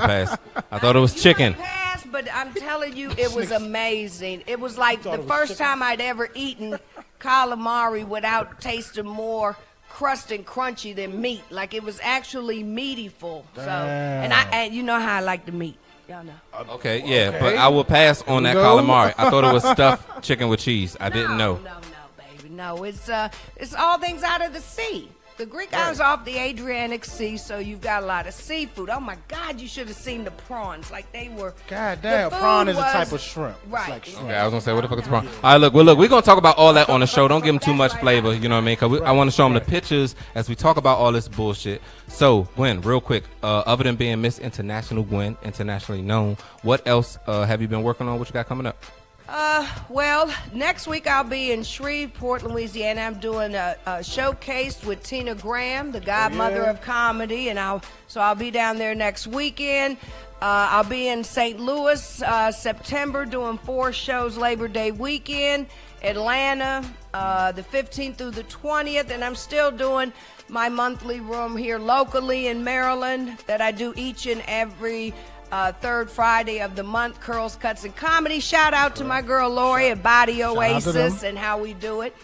S1: pass. I thought it was chicken.
S9: You might pass, but I'm telling you, it was amazing. It was like
S2: thought
S9: the
S2: it was
S9: first
S2: chicken.
S9: time I'd ever eaten calamari without tasting more crust and crunchy than meat. Like it was actually meatyful. So, and I, and you know how I like the meat. Y'all know.
S1: Okay, yeah, but I will pass on that
S10: No.
S1: calamari. I thought it was stuffed chicken with cheese. I didn't
S9: No,
S1: know.
S9: No, no, baby, no. It's uh, it's all things out of the sea. The Greek islands are off the Adriatic Sea, so you've got a lot of seafood. Oh my God, you should have seen the prawns. Like they were.
S2: God
S9: the
S2: damn,
S9: food
S2: prawn is a
S9: was-
S2: type of shrimp. It's
S9: Right.
S2: like shrimp.
S1: Okay, I was gonna say, what the fuck is wrong? All right, look, well, look, we're gonna talk about all that on the show. Don't give them too much flavor, you know what I mean? Cause we, I want to show them the pictures as we talk about all this bullshit. So, Gwen, real quick, uh, other than being Miss International Gwen, internationally known, what else uh, have you been working on? What you got coming up?
S9: Uh, well, next week I'll be in Shreveport, Louisiana. I'm doing a, a showcase with Tina Graham, the godmother of comedy, and I'll so I'll be down there next weekend. Uh, I'll be in St. Louis uh, September doing four shows Labor Day weekend, Atlanta uh, the 15th through the 20th, and I'm still doing my monthly room here locally in Maryland that I do each and every uh, third Friday of the month, Curls, Cuts, and Comedy. Shout out to my girl Lori at Body
S2: out to
S9: Oasis
S2: them.
S9: and how we do it.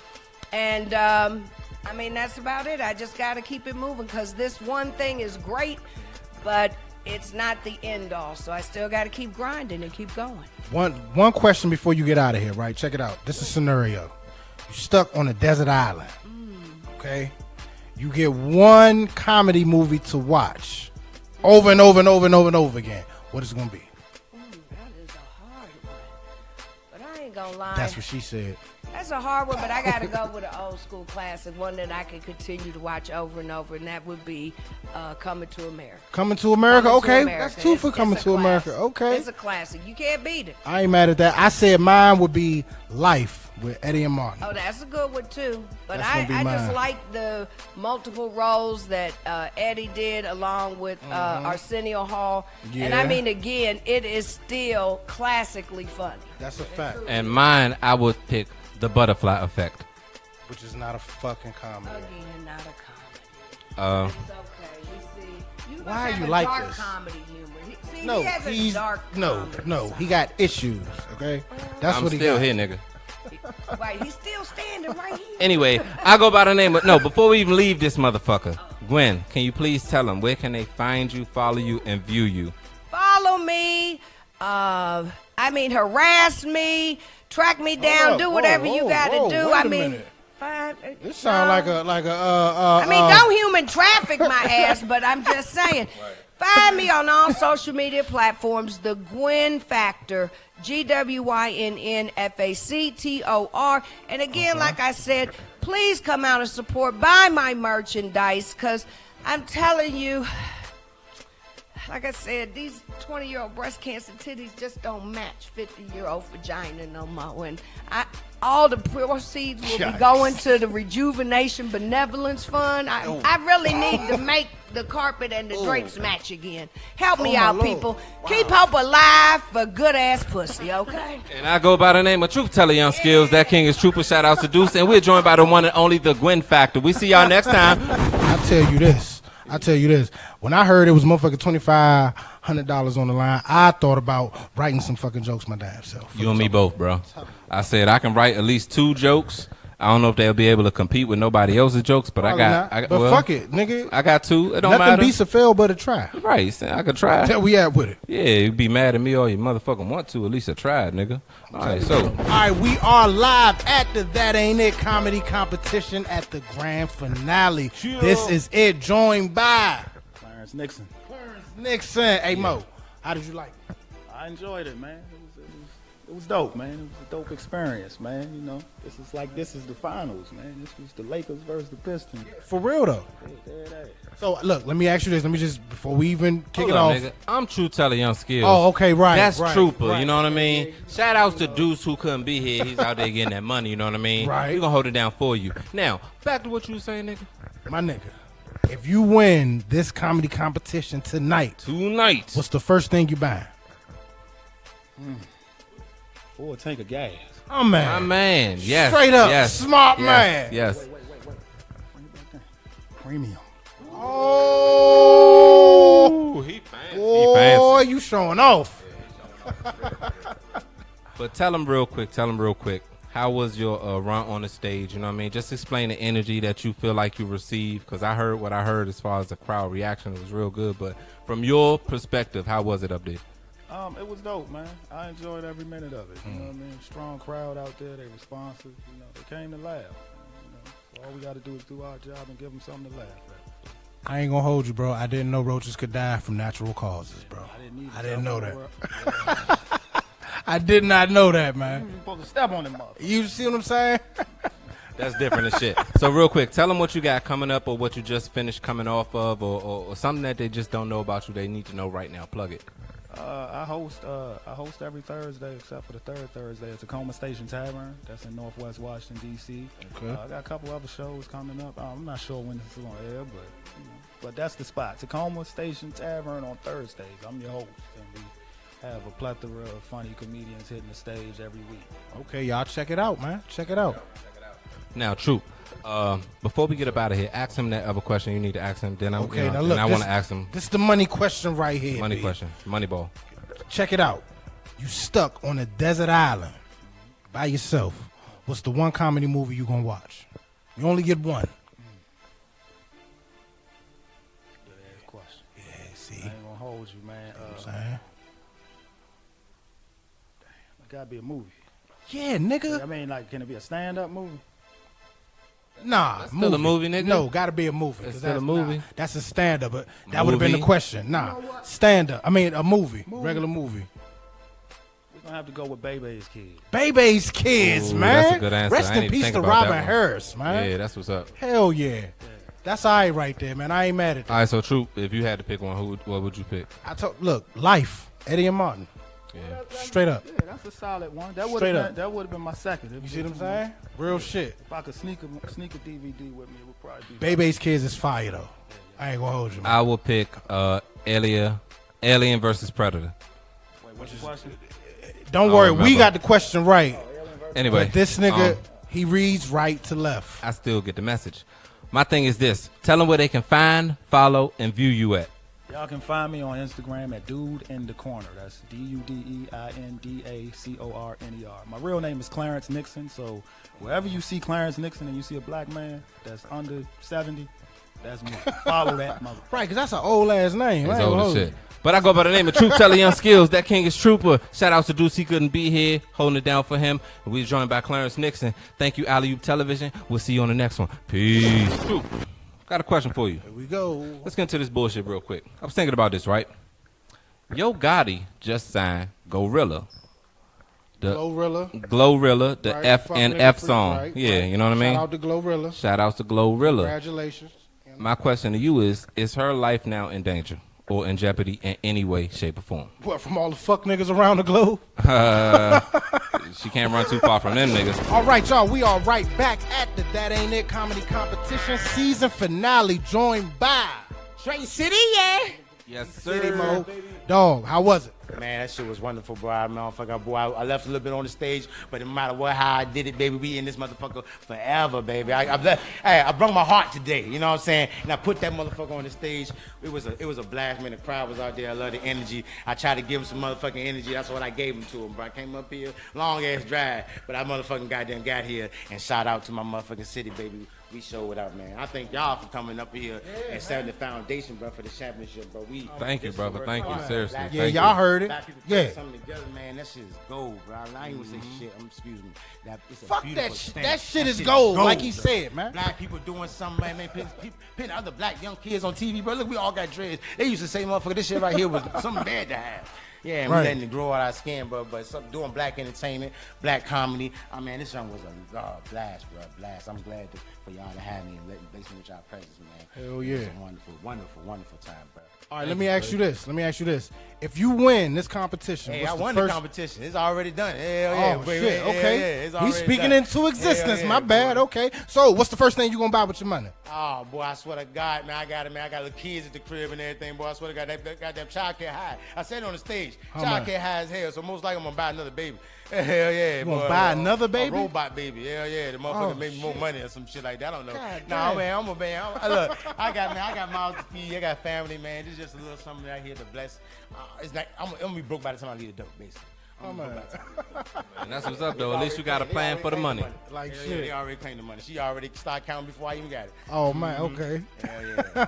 S9: And um, I mean, that's about it. I just got to keep it moving because this one thing is great, but it's not the end all. So I still got to keep grinding and keep going.
S2: One one question before you get out of here, right? Check it out. This is a scenario. You're stuck on a desert island.
S9: Mm.
S2: Okay? You get one comedy movie to watch over and over and over and over and over again. What is it gonna be?
S9: Ooh, that is a hard one. But I ain't going to lie.
S2: That's what she said.
S9: That's a hard one, but I gotta go with an old school classic, one that I can continue to watch over and over, and that would be uh, Coming to America.
S2: Coming to America,
S9: Coming to
S2: okay.
S9: America.
S2: That's two
S9: It's-
S2: for
S9: it's
S2: coming
S9: a
S2: to America.
S9: classic.
S2: Okay.
S9: It's a classic. You can't beat it.
S2: I ain't mad at that. I said mine would be Life with Eddie and Martin.
S9: Oh, that's a good one too. But
S2: That's
S9: I,
S2: gonna be
S9: I just
S2: mine.
S9: like the multiple roles that uh, Eddie did along with uh, Arsenio Hall. And I
S2: Mm-hmm. Yeah.
S9: mean, again, it is still classically funny.
S2: That's a fact.
S1: And mine, I would pick the butterfly effect.
S2: Which is not a fucking comedy.
S9: Again, not a comedy.
S1: Uh,
S9: It's okay. We see. You
S2: Oh. Why
S9: must
S2: you
S9: have a
S2: like
S9: dark
S2: this?
S9: comedy humor. He- see,
S2: No,
S9: he has
S2: he's
S9: a dark
S2: no,
S9: comedy
S2: no. He
S9: side.
S2: got issues. Okay, that's
S1: I'm
S2: what he
S1: still
S2: got.
S1: here, nigga.
S9: Right, he's still standing right here.
S1: Anyway, I go by the name of no. Before we even leave this motherfucker, Gwen, can you please tell them where can they find you, follow you, and view you?
S9: follow me, uh, I mean, harass me, track me down,
S2: up,
S9: do
S2: whoa,
S9: whatever you
S2: whoa,
S9: got to
S2: whoa,
S9: do.
S2: wait
S9: I
S2: a
S9: mean,
S2: minute.
S9: fine.
S2: This sound like a like a. Uh, uh,
S9: I mean,
S2: uh,
S9: don't human traffic my ass, but I'm just saying. Find me on all social media platforms, The Gwen Factor, G W Y N N F A C T O R. And again,
S2: Uh-huh.
S9: like I said, please come out and support, buy my merchandise, because I'm telling you, like I said, these 20 year old breast cancer titties just don't match 50 year old vagina no more. And I, all the proceeds will be
S2: Yikes.
S9: going to the Rejuvenation Benevolence Fund. I, I really need to make the carpet and the
S1: Mm.
S9: drapes
S11: Oh.
S9: match again. Help me out, people. Keep hope alive for good ass pussy, okay?
S1: And I go by the name of Truth Teller Young Skills. That king is Trooper. Shout out to Deuce. And we're joined by the one and only the Gwen Factor. We see y'all next time.
S2: I tell you this. I tell you this. When I heard it was motherfucking twenty five hundred dollars on the line, I thought about writing some fucking jokes my damn self.
S1: You and me both, bro. I said I can write at least two jokes. I don't know if they'll be able to compete with nobody else's jokes, but
S2: Probably
S1: I
S2: not,
S1: got. I, got-
S2: but
S1: well,
S2: fuck it, nigga.
S1: I got two. It don't
S2: Nothing
S1: matter.
S2: beats a fail but a try.
S1: right. so I could try.
S2: That we at with it.
S1: Yeah, you be mad at me all you motherfucking want to. At least I tried, nigga. All right, so.
S2: All right, we are live at the That Ain't It comedy competition at the grand finale. This is it, joined by
S10: Clarence Nixon.
S2: Clarence Nixon. Hey Mo, how did you like it?
S10: I enjoyed it, man. It was, it was, it was dope, man. It was a dope experience, man. You know, this is like this is the finals, man. This was the Lakers versus the Pistons.
S2: For real though.
S10: There it is.
S2: So look, let me ask you this. Let me just before we even kick
S1: Hold
S2: it
S1: up,
S2: off.
S1: nigga. I'm True Teller Young Skills.
S2: Oh, okay, right.
S1: That's
S2: right,
S1: Trooper.
S2: right.
S1: You know what I mean? Shout outs to Deuce who couldn't be here. He's out there getting that money. You know what I mean?
S2: Right.
S1: we gonna hold it down for you. Now, back to what you was saying, nigga.
S2: My nigga, if you win this comedy competition tonight,
S1: Tonight.
S2: what's the first thing you buying? Hmm.
S10: Full tank of gas.
S2: Oh man.
S1: My man. Yes.
S2: Straight up,
S1: Yes.
S2: smart
S1: yes,
S2: man.
S1: Yes.
S10: Premium.
S2: Oh,
S1: Ooh, he fancy. He
S2: boy,
S1: fancy.
S2: you showing off.
S1: But tell him real quick. Tell him real quick. How how was your uh, run on the stage? You know what I mean? Just explain the energy that you feel like you received, because I heard what I heard as far as the crowd reaction it was real good. But from your perspective, how was it up there?
S10: Um, it was dope, man. I enjoyed every minute of it. You know what I
S2: Hmm.
S10: mean? Strong crowd out there. They responsive. You know, they came to laugh. You know, so all we got to do is do our job and give them something to laugh at.
S2: I ain't gonna hold you, bro. I didn't know roaches could die from natural causes, bro. I
S10: either.
S2: didn't, know that.
S10: Yeah.
S2: I did not know that, man.
S10: You supposed to step on them motherfuckers.
S2: You see what I'm saying?
S1: That's different as shit. So real quick, tell them what you got coming up, or what you just finished coming off of, or, or, or something that they just don't know about you. They need to know right now. Plug it.
S10: Uh, I host uh, I host every Thursday except for the third Thursday at Tacoma Station Tavern. That's in Northwest Washington D.C.
S2: Okay.
S10: Uh, I got a couple other shows coming up. Uh, I'm not sure when this is on air, but you know, but that's the spot, Tacoma Station Tavern on Thursdays. I'm your host, and we have a plethora of funny comedians hitting the stage every week.
S2: Okay, y'all check it out, man. Check it out.
S1: Now, Troop, uh, before we get up out of here, ask him that other question you need to ask him. Then I,
S2: Okay,
S1: you know,
S2: now look.
S1: then I
S2: this-
S1: want to ask him
S2: This is the money question right here.
S1: money
S2: B.
S1: question, money ball.
S2: Check it out. You stuck on a desert island by yourself. What's the one comedy movie you gonna watch? You only get one.
S10: question.
S2: Yeah, see.
S10: I ain't gonna hold you, man. Uh,
S2: I'm saying?
S10: It gotta be a movie.
S2: Yeah, nigga.
S10: I mean, like, can it be a stand-up movie?
S2: Nah,
S10: That's still a movie, nigga.
S2: No, gotta be a movie.
S10: That's
S2: 'cause
S10: still a
S2: nah,
S10: movie.
S2: that's a stand up, but that would have been the
S10: Movie.
S2: question. Nah, stand up. I mean, a movie, regular movie.
S10: We're gonna have to go with Bebe's kid.
S2: Baby's kids,
S1: Ooh,
S2: man.
S1: That's a good answer.
S2: Rest
S1: I
S2: in
S1: didn't
S2: peace
S1: think
S2: to
S1: about that
S2: Robin
S1: one.
S2: Harris, man.
S1: Yeah, that's what's up.
S2: Hell yeah. That's all right right there, man. I ain't mad at that.
S1: All right, so Troop, if you had to pick one, who would- what would you pick?
S2: I told look, life, Eddie and Martin.
S1: Yeah.
S2: Straight up.
S10: Yeah, that's a solid one. That would
S2: Straight
S10: have
S2: up.
S10: been, that would have been my second. You see
S2: what I'm saying? Real shit.
S10: If I could sneak a sneak a DVD with me, it would probably be.
S2: Baby's kids is fire though. I ain't gonna hold you.
S1: I will pick uh, Alien, Alien versus Predator.
S10: Wait, what's your question?
S2: Don't
S1: I
S2: worry, we
S1: remember.
S2: got the question right.
S1: Anyway,
S2: But this nigga,
S1: um,
S2: he reads right to left.
S1: I still get the message. My thing is this: tell them where they can find, follow, and view you at.
S10: Y'all can find me on Instagram at dude in the corner. That's D U D E I N D A C O R N E R. My real name is Clarence Nixon. So wherever you see Clarence Nixon and you see a black man that's under seventy, that's me. Follow that mother.
S2: Right, because that's an old ass name.
S1: It's
S2: I ain't
S1: old
S2: gonna
S1: as
S2: hold
S1: shit.
S2: you.
S1: But I go by the name of Troop Teller Young Skills. That king is Trooper. Shout out to Deuce. He couldn't be here, holding it down for him. We're joined by Clarence Nixon. Thank you, Alley Oop Television. We'll see you on the next one. Peace. Troop, got a question for you. Here
S2: we go.
S1: Let's get into this bullshit real quick. I was thinking about this, right? Yo Gotti just signed Gorilla. The
S2: Glorilla.
S1: Glorilla, the
S2: Right,
S1: F
S2: fuck
S1: and
S2: nigga
S1: F
S2: free,
S1: song.
S2: right,
S1: yeah,
S2: right.
S1: you know what I mean?
S2: Shout out to Glorilla.
S1: Shout out to Glorilla.
S2: Congratulations.
S1: My question to you is Is her life now in danger or in jeopardy in any way, shape, or form?
S2: What from all the fuck niggas around the globe?
S1: Uh, she can't run too far from them niggas.
S2: All right, y'all. We are right back at the That Ain't It Comedy Competition season finale, joined by Trey City. Yeah.
S1: Yes,
S2: City Mo. Dog, how was it?
S12: Man, that shit was wonderful, bro. I motherfucker, boy, I, I left a little bit on the stage, but no matter what, how I did it, baby, we in this motherfucker forever, baby. I, I, left, hey, I brung my heart today, you know what I'm saying? And I put that motherfucker on the stage. It was a, it was a blast, man. The crowd was out there. I love the energy. I tried to give him some motherfucking energy. That's what I gave him to him, bro. I came up here, long ass drive, but I motherfucking goddamn got here. And shout out to my motherfucking city, baby. We showed it out, man. I thank y'all for coming up here and setting the foundation, bro, for the championship, bro. We
S1: Thank you,
S12: this is
S1: brother.
S12: where-
S1: Thank you.
S12: Black
S1: Seriously.
S12: people-
S1: Thank you.
S12: Black people put Something together, man. That shit is gold, bro. I ain't gonna say shit. I'm excuse me. Mm-hmm. That, it's a
S2: Fuck that
S12: beautiful
S2: shit.
S12: thing.
S2: That shit is gold, like he
S12: bro.
S2: said, man.
S12: Black people doing something, man. man putting, people, putting other black young kids on TV, bro. Look, we all got dreads. They used to say, motherfucker, this shit right here was something bad to have. Yeah, and
S2: Right.
S12: we letting it grow out our skin, bro. But some, doing black entertainment, black comedy. I mean, this song was a uh, blast, bro. Blast. I'm glad to, for y'all to have me and let, bless me with y'all presence, man.
S2: Hell
S12: It was
S2: yeah.
S12: a wonderful, wonderful, wonderful time, bro.
S2: All right, let me ask you this. Let me ask you this. If you win this competition,
S12: Hey,
S2: what's
S12: I
S2: the
S12: won
S2: first
S12: the competition. It's already done. Hell yeah.
S2: Oh
S12: baby.
S2: shit!
S12: Hell yeah,
S2: Okay,
S12: it's
S2: he's
S12: already
S2: speaking
S12: done.
S2: into existence.
S12: Hell yeah.
S2: My bad. Okay, so what's the first thing you gonna buy with your money?
S12: Oh boy, I swear to God, man, I got it, man. I got little kids at the crib and everything, boy. I swear to God, that, that goddamn child care high. I said it on the stage,
S2: How
S12: child
S2: much?
S12: care high as hell. So most likely I'm gonna buy another baby. Hell yeah,
S2: You gonna
S12: boy.
S2: buy
S12: A-
S2: another
S12: a
S2: baby?
S12: robot baby. Hell yeah, the motherfucker
S2: Oh,
S12: made me more money or some shit like that. I don't know.
S2: God
S12: nah,
S2: damn.
S12: man, I'm a man. I'm, I look, I got man, I got mouths to feed. I got family, man. This is just a little something out here to bless. Uh, it's like I'm, I'm gonna be broke by the time I leave the dope, basically.
S2: Oh,
S13: I'm a,
S1: And that's what's up, though. At least you got a
S12: They
S1: plan
S12: already
S1: for the
S12: claimed
S1: money.
S13: Like
S12: Hell yeah,
S13: shit.
S12: They already claimed the money. She already started counting before I even got it.
S13: oh man, okay.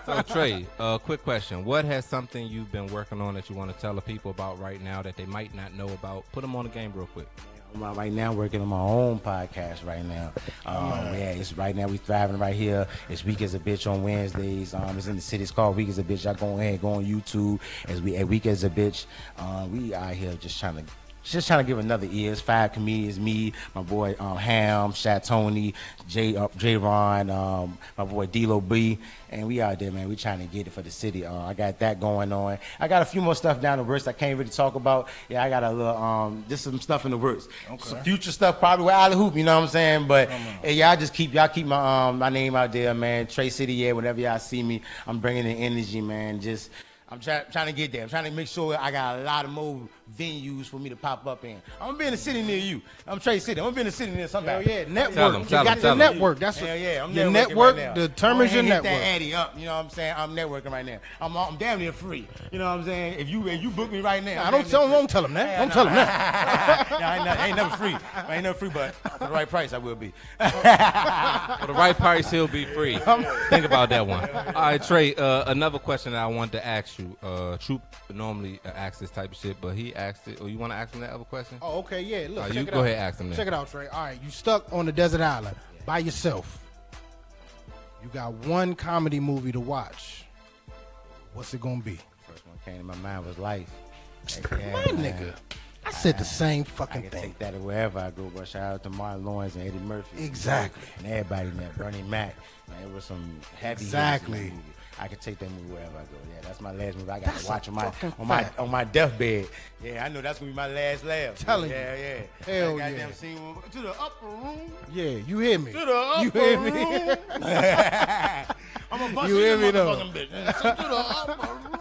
S1: So Trey, uh, quick question: What has something you've been working on that you want to tell the people about right now that they might not know about? Put them on the game real quick.
S12: I'm out right now working on my own podcast right now. Um, yeah, it's right now we thriving right here. It's Week as a Bitch on Wednesdays. Um, it's in the city. It's called Week as a Bitch. I go ahead and go on YouTube as we at Week as a Bitch. Uh, we out here just trying to. Just trying to give another ear. It's five comedians: me, my boy um, Ham, Shat Tony, J uh, J Ron, um, my boy D'Lo B, and we out there, man. We trying to get it for the city. Uh, I got that going on. I got a few more stuff down the works I can't really talk about. Yeah, I got a little um, just some stuff in the works.
S13: Okay.
S12: Some future stuff probably with Alley Hoop, you know what I'm saying? But hey, y'all just keep y'all keep my um my name out there, man. Trey City, yeah. Whenever y'all see me, I'm bringing the energy, man. Just I'm trying trying to get there. I'm trying to make sure I got a lot of more venues for me to pop up in. I'm gonna be in a city near you. I'm Trey City. I'm gonna be in a city near somebody.
S13: Hell yeah, network. Tell 'em, You tell got 'em, your tell 'em. network. That's
S12: Hell
S13: what-
S12: yeah. I'm
S13: your
S12: networking
S13: network
S12: right now.
S13: determines
S12: Go ahead
S13: your
S12: and hit
S13: network.
S12: That Addy up. You know what I'm saying? I'm networking right now. I'm I'm damn near free. You know what I'm saying? If you if you book me right now,
S13: I
S12: I'm
S13: don't
S12: damn
S13: tell him. Don't tell him that.
S12: Hell
S13: Don't
S12: no.
S13: tell him that.
S12: no, I ain't, not, ain't never free. I ain't never free, but for the right price, I will be.
S1: For the right price, he'll be free. Think about that one. All right, Trey. Uh, another question that I wanted to ask you. Uh, Troop normally uh, asks this type of shit, but he asked it. Or you want to ask him that other question?
S13: Oh, okay, yeah. Look,
S1: Uh,
S13: check
S1: you
S13: it
S1: go
S13: out.
S1: ahead, ask them then.
S13: Check it out, Trey. All right, you stuck on the desert island by yourself. You got one comedy movie to watch. What's it gonna be?
S12: First one came to my mind was life.
S13: My nigga, I said the same fucking
S12: I can
S13: thing.
S12: take that wherever I go, but shout out to Martin Lawrence and Eddie Murphy.
S13: Exactly.
S12: And everybody in there, Bernie Mac. Man, it was some heavy hitters in that
S13: Exactly.
S12: movie. I could take that movie wherever I go. oh, Yeah, that's my last movie. I got
S13: That's
S12: to
S13: a
S12: watch on my
S13: fucking
S12: on my
S13: fact.
S12: on my deathbed. Yeah, I know that's gonna be my last laugh.
S13: Telling you.
S12: yeah, yeah,
S13: Hell yeah.
S12: That goddamn scene when- to the upper room.
S13: Yeah, you hear me?
S12: To the
S13: You
S12: upper
S13: hear me?
S12: room. I'm a bust
S13: You
S12: in
S13: hear
S12: your
S13: me though?
S12: motherfucking bitch. To the upper room.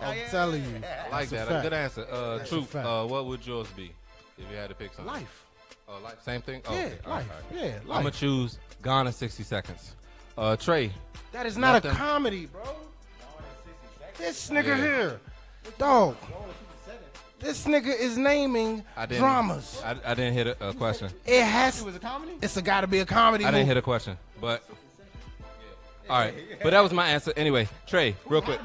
S13: I'm telling you.
S1: I like
S13: That's
S1: that.
S13: a
S1: A
S13: fact.
S1: good answer. Uh,
S13: That's a
S1: Troop.
S13: fact.
S1: Uh, what would yours be if you had to pick something?
S13: Life.
S1: Oh, life. Same thing.
S13: Yeah,
S1: okay. All
S13: life. Yeah,
S1: I'm gonna
S13: life.
S1: choose Gone in 60 seconds. Uh, Trey.
S13: That is not a
S1: nothing-
S13: comedy, bro. This nigga
S1: Yeah.
S13: here, dog. This nigga is naming
S1: I didn't,
S13: dramas.
S1: I, I didn't hit a, a question.
S13: It has.
S12: It was a comedy.
S13: It's a gotta be a comedy.
S1: I didn't hit
S13: movie.
S1: a question, but all right. But that was my answer anyway. Trey, real quick.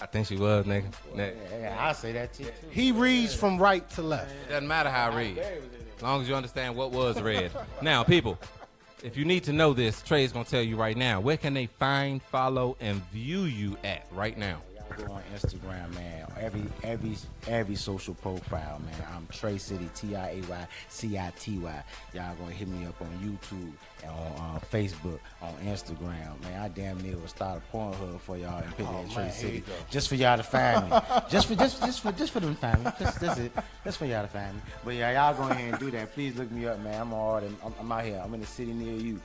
S1: I think she was, nigga. Next.
S12: Yeah, I say that to you, too.
S13: He reads from right to left.
S1: It doesn't matter how I read, as long as you understand what was read. now, people, if you need to know this, Trey is gonna tell you right now. Where can they find, follow, and view you at right now?
S12: Y'all go on Instagram, man. Every every every social profile, man. I'm Trey City, T I A Y C I T Y. Y'all gonna hit me up on YouTube, and on uh, Facebook, on Instagram, man. I damn near will start a Pornhub for y'all and put it
S13: Oh,
S12: in
S13: man,
S12: Trey
S13: here you
S12: City,
S13: go.
S12: just for y'all to find me. just for just just for just for them to find me. Just, that's it. That's for y'all to find me. But yeah, y'all go ahead and do that. Please look me up, man. I'm all them. I'm, I'm out here. I'm in the city near you.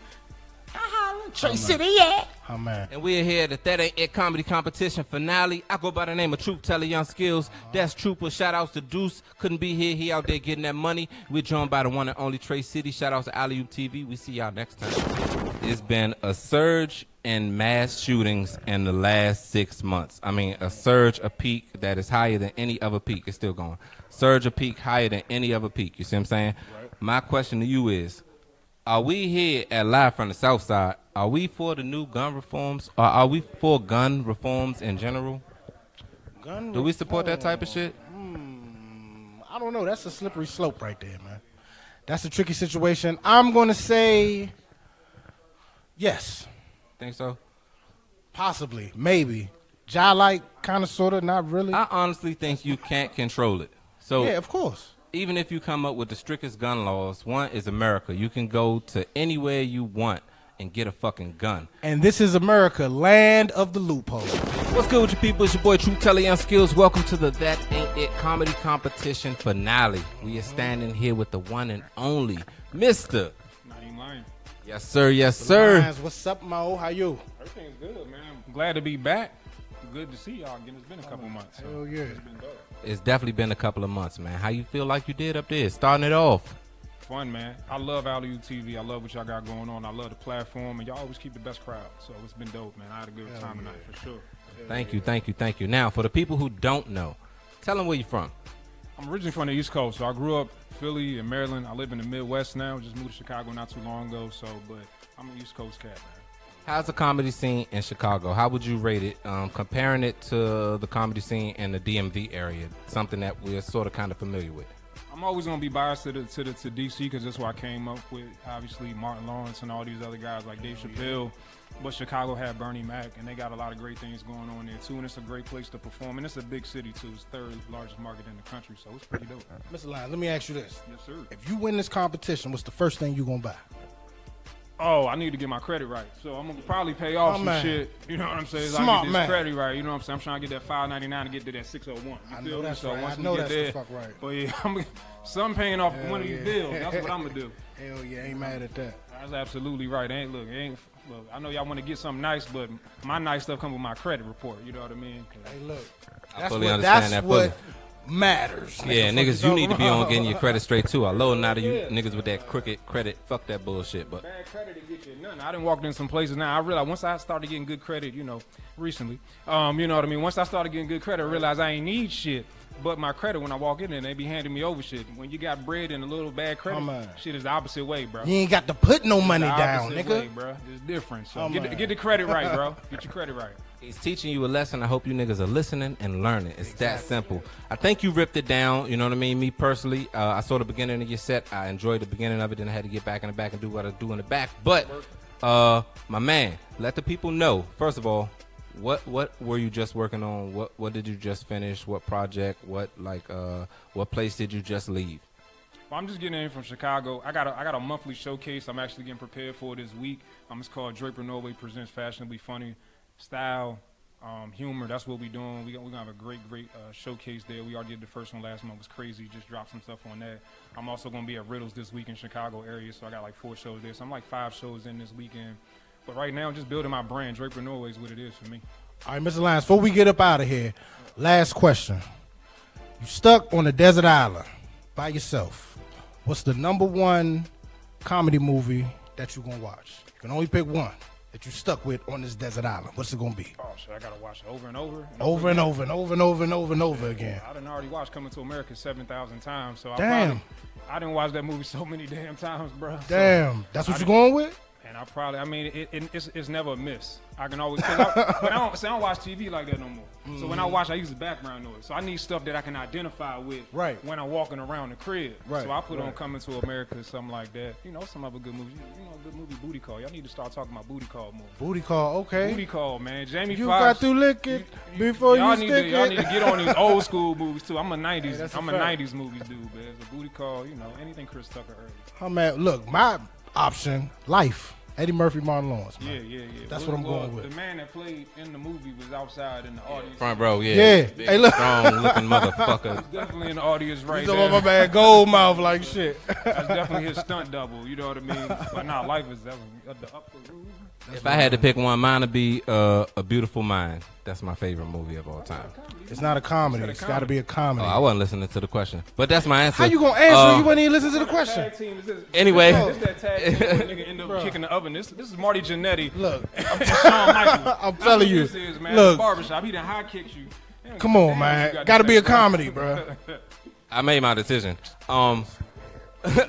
S12: Trey City, yeah.
S13: Oh man.
S1: And we're here at That Ain't It Comedy Competition finale. I go by the name of Truth Teller Young Skills. That's Trooper. Shout outs to Deuce. Couldn't be here. He out there getting that money. We're joined by the one and only Trey City. Shout outs to Alley-Oop TV. We see y'all next time. It's been a surge in mass shootings in the last six months. I mean, a surge, a peak that is higher than any other peak. It's still going. Surge, a peak higher than any other peak. You see what I'm saying? My question to you is are we here at Live from the South Side? Are we for the new gun reforms? Or are we for gun reforms in general?
S13: Gun
S1: Do we support that type of shit?
S13: I don't know. That's a slippery slope right there, man. That's a tricky situation. I'm going to say yes,
S1: Think so?
S13: possibly, maybe. Jai like, kind of, sort of, not really.
S1: I honestly think you can't control it. So
S13: yeah, of course.
S1: even if you come up with the strictest gun laws, one is America. You can go to anywhere you want and get a fucking gun.
S13: And this is America, land of the loophole.
S1: What's good with you people? It's your boy True Teller Young Skills. Welcome to the That Ain't It Comedy Competition finale. We are standing here with the one and only Mr.
S14: Not even lying.
S1: Yes, sir. Yes, sir.
S13: Lines, what's up, Mo? How you?
S14: Everything's good, man. I'm glad to be back. Good to see y'all again. It's been a couple months. so
S13: hell yeah.
S14: It's been dope.
S1: It's definitely been a couple of months, man. How you feel like you did up there? Starting it off.
S14: Fun, man. I love Alley TV. I love what y'all got going on. I love the platform, and y'all always keep the best crowd. So it's been dope, man. I had a good time tonight for sure.
S1: Thank you, thank you, thank you. Now, for the people who don't know, tell them where you're from.
S14: I'm originally from the East Coast, so I grew up Philly and Maryland. I live in the Midwest now. Just moved to Chicago not too long ago. So, but I'm an East Coast cat.
S1: How's the comedy scene in Chicago? How would you rate it, um, comparing it to the comedy scene in the DMV area? Something that we're sort of kind of familiar with.
S14: I'm always gonna be biased to the, to, the, to DC because that's where I came up with. Obviously, Martin Lawrence and all these other guys like Dave
S13: Oh,
S14: Chappelle. But Chicago had Bernie Mac, and they got a lot of great things going on there too. And it's a great place to perform, and it's a big city too. It's third largest market in the country, so it's pretty dope.
S13: Mr. Lyon, let me ask you this.
S14: Yes, sir.
S13: If you win this competition, what's the first thing you gonna buy?
S14: Oh, I need to get my credit right, so I'm gonna probably pay off
S13: Oh,
S14: some
S13: man.
S14: shit. You know what I'm saying? So I
S13: Smart
S14: get this
S13: man.
S14: credit right. You know what I'm saying? I'm trying to get that 5.99 to get to that 601. You
S13: I
S14: feel
S13: know
S14: me?
S13: that's
S14: so
S13: right.
S14: Once
S13: I know
S14: we get
S13: that's the
S14: there,
S13: fuck right.
S14: But yeah, I'm so I'm paying off
S13: Hell
S14: one of these
S13: yeah.
S14: bills. That's what I'm gonna do.
S13: Hell yeah, ain't mad at that.
S14: That's absolutely right. Ain't look, ain't look. I know y'all want to get something nice, but my nice stuff come with my credit report. You know what I mean? Hey,
S13: look,
S1: That's fully what- understand that's that fully.
S13: what matters.
S1: Yeah,
S13: Nigga,
S1: niggas,
S13: fuck
S1: you
S13: you
S1: need to be
S13: talking
S1: on getting your
S13: about?
S1: credit straight too. I love a lot of you
S14: Yeah.
S1: niggas with that crooked credit. Fuck that bullshit. But
S14: Bad credit to get you nothing. I done walked in some places now. I realized once I started getting good credit, you know, recently, um, you know what I mean. Once I started getting good credit, I realized I ain't need shit. But my credit when I walk in there, they be handing me over shit. When you got bread and a little bad credit,
S13: Come on.
S14: shit is the opposite way, bro.
S13: You ain't got to put no
S14: It's the
S13: money down,
S14: opposite
S13: nigga.
S14: way, bro. It's different. So
S13: Come
S14: get the,
S13: on.
S14: get the credit right, bro. Get your credit right.
S1: He's teaching you a lesson. I hope you niggas are listening and learning. It's that simple. I think you ripped it down. You know what I mean? Me personally, uh, I saw the beginning of your set. I enjoyed the beginning of it. Then I had to get back in the back and do what I do in the back. But, uh, my man, let the people know. First of all, what what were you just working on? What what did you just finish? What project? What like uh what place did you just leave?
S14: Well, I'm just getting in from Chicago. I got a, I got a monthly showcase. I'm actually getting prepared for this week. Um, it's called Draper Norway Presents Fashionably Funny Style, um, humor. That's what we're doing. We got, we're gonna have a great great uh, showcase there. We already did the first one last month. It was crazy. Just dropped some stuff on that. I'm also gonna be at Riddles this week in Chicago area. So I got like four shows there. So I'm like five shows in this weekend. But right now, I'm just building my brand. Draper Norway is what it is for me.
S13: All right, Mr. Lyons, before we get up out of here, last question. You stuck on a desert island by yourself. What's the number one comedy movie that you're gonna watch? You can only pick one that you stuck with on this desert island. What's it gonna be?
S14: Oh shit! I gotta watch it over and over.
S13: Over and
S14: again.
S13: over and over and over and over and over again.
S14: I done already watched Coming to America seven thousand times, so I
S13: Damn.
S14: probably, I didn't watch that movie so many damn times, bro. So
S13: Damn, that's what
S14: I
S13: you're
S14: done-
S13: going with?
S14: And I probably, I mean, it, it, it's, it's never a miss. I can always, 'cause I, but I don't, see, I don't watch TV like that no more. So when I
S13: Mhm.
S14: watch, I use the background noise. So I need stuff that I can identify with
S13: Right.
S14: when I'm walking around the crib.
S13: Right,
S14: So I put on
S13: right.
S14: Coming to America, something like that. You know, some other good movies. You know, a good movie, Booty Call. Y'all need to start talking about Booty Call more.
S13: Booty call, okay.
S14: Booty Call, man. Jamie
S13: you
S14: Foxx.
S13: got to lick it before
S14: y'all
S13: you
S14: need
S13: stick
S14: to, Y'all
S13: it.
S14: need to get on these old school movies too. I'm a '90s.
S13: that's a
S14: I'm a
S13: fact.
S14: '90s movies dude, man. It's a booty call, you know, anything Chris Tucker early.
S13: I'm at, look, my option, life. Eddie Murphy, Martin Lawrence. man.
S14: Yeah, yeah, yeah.
S13: That's what
S14: Well,
S13: I'm
S14: well,
S13: going with.
S14: The man that played in the movie was outside in the audience.
S1: Front row, yeah.
S13: Yeah.
S1: Big,
S13: Hey, look.
S1: strong looking motherfucker.
S14: He's definitely in the audience right
S13: you
S14: there.
S13: talking about my man gold mouth like shit.
S14: That's definitely his stunt double. You know what I mean? But nah, life is definitely up the up the roof.
S1: If I had to pick one, mine would be uh, A Beautiful Mind. That's my favorite movie of all time.
S13: It's not a comedy. It's got to be a
S1: Oh,
S13: comedy.
S1: I wasn't listening to the question, but that's my answer.
S13: How you gonna answer?
S1: Uh,
S13: you wouldn't even listen to the question.
S14: Tag team is this.
S1: Anyway.
S14: this, that tag team where nigga end up
S13: Bro.
S14: kicking the oven. This this is Marty Jannetty.
S13: Look,
S14: I'm Shawn
S13: I'm
S14: Michaels. That's
S13: telling
S14: what
S13: you.
S14: This is, man.
S13: Look.
S14: barbershop. He done high kicked you. They don't
S13: Come
S14: give a
S13: on,
S14: damn
S13: man.
S14: if you got
S13: Gotta
S14: that
S13: be a
S14: background.
S13: comedy, bro.
S1: I made my decision. Um,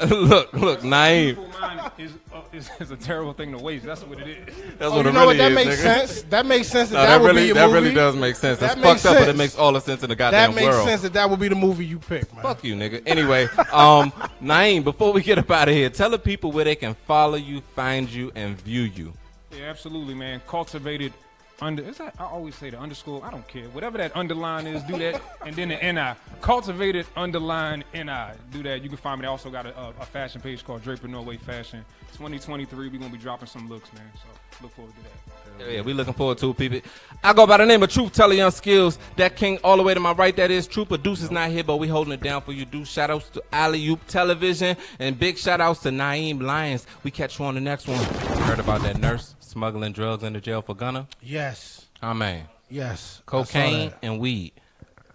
S1: look, look, naive.
S14: Beautiful mind is, uh, is, is a terrible thing to waste. That's what it is.
S1: That's
S13: Oh,
S1: what
S13: you
S1: it
S13: know what?
S1: really
S13: That
S1: is,
S13: makes
S1: nigga.
S13: sense. That makes sense that
S1: Nah,
S13: that would be
S1: really,
S13: your
S1: that
S13: movie.
S1: really does make sense.
S13: That
S1: That's fucked
S13: makes
S1: up, but it
S13: sense.
S1: makes all the sense in the
S13: that
S1: goddamn
S13: makes
S1: world.
S13: sense that that would be the movie you pick, man.
S1: Fuck you, nigga. Anyway, um, Naeem, before we get up out of here, tell the people where they can follow you, find you, and view you.
S14: Yeah, absolutely, man. Cultivated under is that I always say the underscore, I don't care. Whatever that underline is, do that. and then the NI. Cultivated underline NI. Do that. You can find me. I also got a, a, a fashion page called Draper Norway Fashion. 2023, we're gonna be dropping some looks, man. So look forward to that.
S1: Yeah, we looking forward to it, people. I go by the name of Truth Teller Young Skills. That king all the way to my right, that is Trooper. Deuce is not here, but we holding it down for you. Deuce, shout outs to Alley Oop Television. And big shout outs to Naeem Lyons. We catch you on the next one. Heard about that nurse smuggling drugs into jail for Gunner?
S13: Yes.
S1: Oh, man.
S13: Yes, I saw
S1: Cocaine and weed.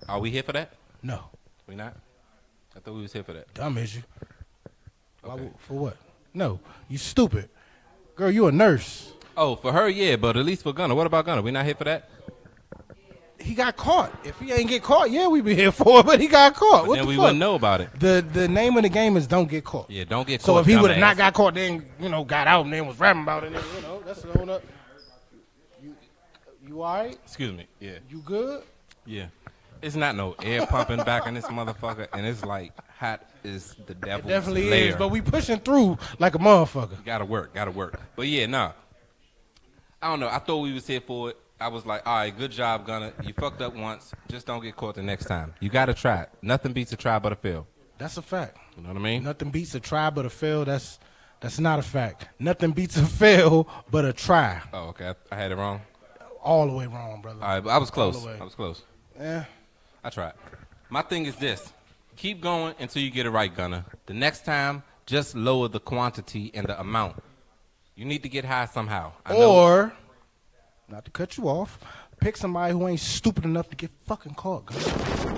S1: Are we here for that?
S13: No.
S1: We not? I thought we was here for that.
S13: Dumb is you. Why would- for what? No, you stupid. Girl, you a nurse.
S1: Oh, for her, yeah, but at least for Gunner. What about Gunner? We not here for that?
S2: he got caught. If he ain't get caught, yeah, we be here for it. But he got caught.
S1: But
S2: what
S1: then
S2: the
S1: we
S2: fuck?
S1: wouldn't know about it.
S2: The the name of the game is don't get caught.
S1: Yeah, don't get
S2: So
S1: caught,
S2: if he would have
S1: dumbass.
S2: not got caught, then you know got out and then was rapping about it, then, you know that's the whole up. You you all right?
S1: Excuse me. Yeah.
S2: You good?
S1: Yeah. It's not no air pumping back in this motherfucker, and it's like hot is the devil.
S2: Definitely is. But we pushing through like a motherfucker.
S1: Gotta work, gotta work. But yeah, nah. I don't know. I thought we was here for it. I was like, all right, good job, Gunner. You fucked up once. Just don't get caught the next time. You gotta try it. Nothing beats a try but a fail.
S2: That's a fact.
S1: You know what I mean?
S2: Nothing beats a try but a fail. That's that's not a fact. Nothing beats a fail but a try.
S1: Oh, okay. I, I had it wrong.
S2: All the way wrong, brother.
S1: All right, but I was
S2: All the
S1: close.
S2: way.
S1: I was close.
S2: Yeah.
S1: I tried. My thing is this: keep going until you get it right, Gunner. The next time, just lower the quantity and the amount. You need to get high somehow. I know-
S2: Or, not to cut you off, pick somebody who ain't stupid enough to get fucking caught.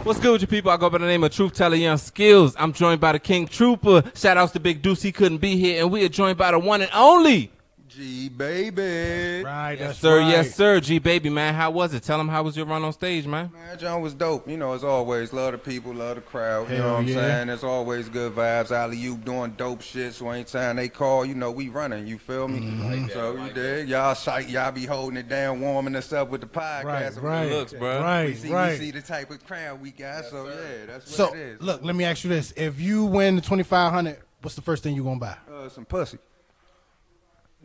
S1: What's good with you people? I go by the name of Truth Teller Young Skills. I'm joined by the King Trooper. Shout outs to Big Deuce. He couldn't be here. And we are joined by the one and only.
S15: G baby.
S2: Right,
S1: Yes, sir. Yes, sir. G Baby, man. How was it? Tell him how was your run on stage, man.
S15: Man, John was dope. You know, as always, love the people, love the crowd. you
S1: Hell
S15: know what I'm
S1: yeah.
S15: saying? There's always good vibes. Alley you doing dope shit. So anytime they call, you know, we running. You feel me?
S2: Mm-hmm.
S15: so you dig? Y'all shite. Y'all be holding it down, warming us up with the podcast.
S2: Right,
S15: and we-
S2: right, Looks, bruh. right,
S15: We see,
S2: right.
S15: we see the type of crowd we got. so yeah, that's what
S2: So,
S15: it is.
S2: look, let me ask you this: If you win the twenty five hundred, what's the first thing you gonna buy?
S15: Uh, some pussy.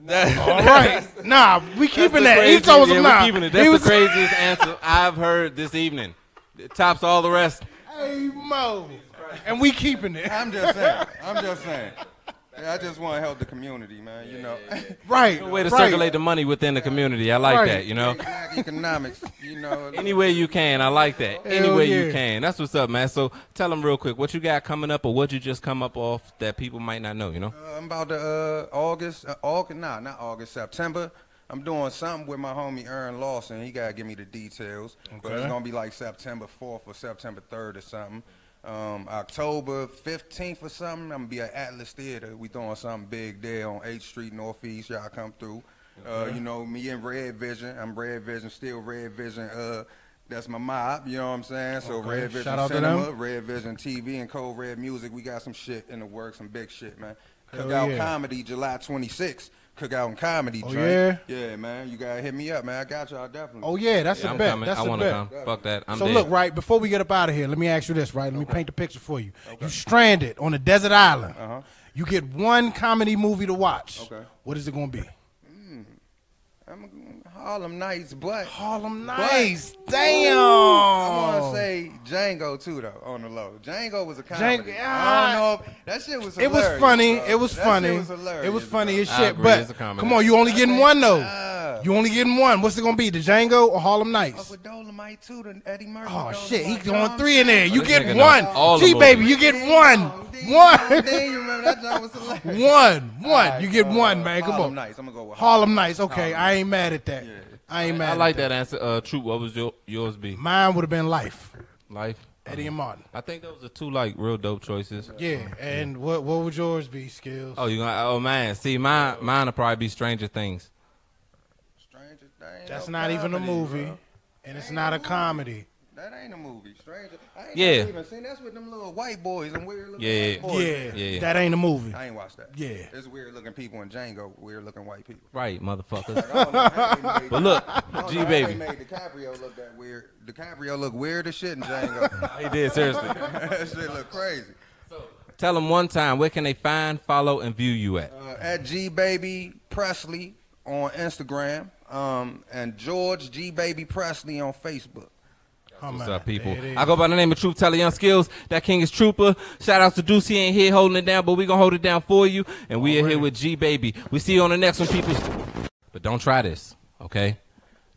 S2: All right, nah, we keeping
S1: That's
S2: that. He
S1: the craziest-
S2: told us
S1: yeah, we
S2: nah.
S1: keeping it.
S2: He
S1: That's
S2: was-
S1: the craziest answer I've heard this evening. It tops all the rest.
S2: Hey Mo, and we keeping it.
S15: I'm just saying. I'm just saying. Yeah, I just want to help the community, man. You know,
S2: Right.
S1: Good way to
S15: right.
S1: circulate the money within the community. I like
S15: Right.
S1: that, you know?
S15: Black economics. You know,
S1: Any way you can. I like
S15: Hell
S1: that. Any way you
S15: yeah.
S1: can. That's what's up, man. So tell them real quick what you got coming up or what you just come up off that people might not know, you know?
S15: Uh, I'm about to uh, August, uh, August, nah, not August, September. I'm doing something with my homie Aaron Lawson. He gotta give me the details, but it's
S14: Okay.
S15: gonna be like September 4th or September 3rd or something. Um, October 15th or something. I'm gonna be at Atlas Theater. We throwing something big there on 8th Street Northeast. Y'all come through. Uh,
S14: Okay.
S15: you know me and Red Vision. I'm Red Vision, still Red Vision. Uh, that's my mob. You know what I'm saying? So
S2: Okay.
S15: Red Vision
S2: Shout out to
S15: Cinema,
S2: them.
S15: Red Vision TV and Cold Red Music. We got some shit in the works, some big shit, man.
S2: Hell
S15: Cookout
S2: yeah.
S15: Comedy, July 26th. Cookout and Comedy,
S2: Oh,
S15: Drake. Yeah, man. You got to hit me up, man. I got y'all definitely.
S2: Oh yeah, that's
S1: Yeah,
S2: a
S1: I'm
S2: bet.
S1: coming.
S2: That's
S1: I
S2: a
S1: wanna
S2: bet.
S1: come. Fuck that. I'm
S2: so
S1: dead.
S2: look, right before we get up out of here, let me ask you this, right? Let me paint the picture for you. You stranded on a desert island.
S15: Uh-huh.
S2: You get one comedy movie to watch.
S15: Okay.
S2: What is it gonna be?
S15: Mm, I'm Harlem Nights, but.
S2: Harlem
S15: Nights.
S2: damn.
S15: I want to say Django, too, though, on the low. Django was a comedy.
S2: Django-
S15: I don't know. If, that shit was
S2: It was
S15: hilarious,
S2: funny.
S15: bro.
S2: It was
S15: That
S2: funny.
S15: Shit was hilarious.
S2: It was funny as
S1: I
S2: shit.
S1: agree, it's
S2: But
S1: a comedy.
S2: come on, you only getting one though.
S15: Ah.
S2: you only getting one. What's it gonna be? The Django or Harlem
S15: Fuck
S2: Nights?
S15: with Dolomite, too, then Eddie Murphy.
S2: Oh
S15: Dolomite.
S2: shit,
S15: You
S2: he
S15: know what
S2: going
S15: I'm
S2: three in there.
S15: saying?
S2: You get
S1: Oh, nigga done all
S2: one.
S1: the
S2: Gee, baby,
S1: movies.
S2: you get one.
S15: Oh,
S2: One.
S15: damn, you remember that joint was hilarious.
S2: One, one.
S15: Alright,
S2: you get
S15: uh,
S2: one, man. Come
S15: Harlem
S2: on.
S15: Nights. I'ma go with
S2: Harlem
S15: Harlem.
S2: Nights. Okay,
S15: Harlem
S2: I ain't mad at that. I ain't mad.
S1: I like that answer. Uh, True, what was your, yours be?
S2: Mine would have been Life.
S1: Life.
S2: Eddie and Martin.
S1: I think those are two like real dope choices.
S2: Yeah, and what what would yours be? Skills.
S1: Oh, you gonna? Oh man, see, mine, mine will probably be Stranger Things.
S2: That's not even a
S15: comedy,
S2: movie, and it's not a comedy.
S15: That ain't a movie. Stranger. I ain't
S2: Yeah.
S15: never even seen that's with them little white boys and weird looking
S1: Yeah,
S15: white boys.
S2: yeah, Yeah. that ain't a movie.
S15: I ain't watched that.
S2: Yeah.
S15: There's weird looking people in Django, weird looking white people.
S1: Right, motherfuckers.
S15: Like, I don't know how they made-
S1: But look,
S15: I don't know how
S1: G
S15: they
S1: Baby.
S15: made DiCaprio look that weird. DiCaprio look weird as shit in Django.
S1: He did, seriously.
S15: that shit look crazy.
S1: Tell them one time where can they find, follow, and view you at?
S15: uh, at G Baby Presley on Instagram, um, and George G Baby Presley on Facebook.
S1: What's up, people? I go by the name of Truth Teller Young Skills. That king is Trooper. Shout out to Deuce. He ain't here holding it down, but we gonna hold it down for you. And we are here with G Baby. We see you on the next one, people. But don't try this, okay?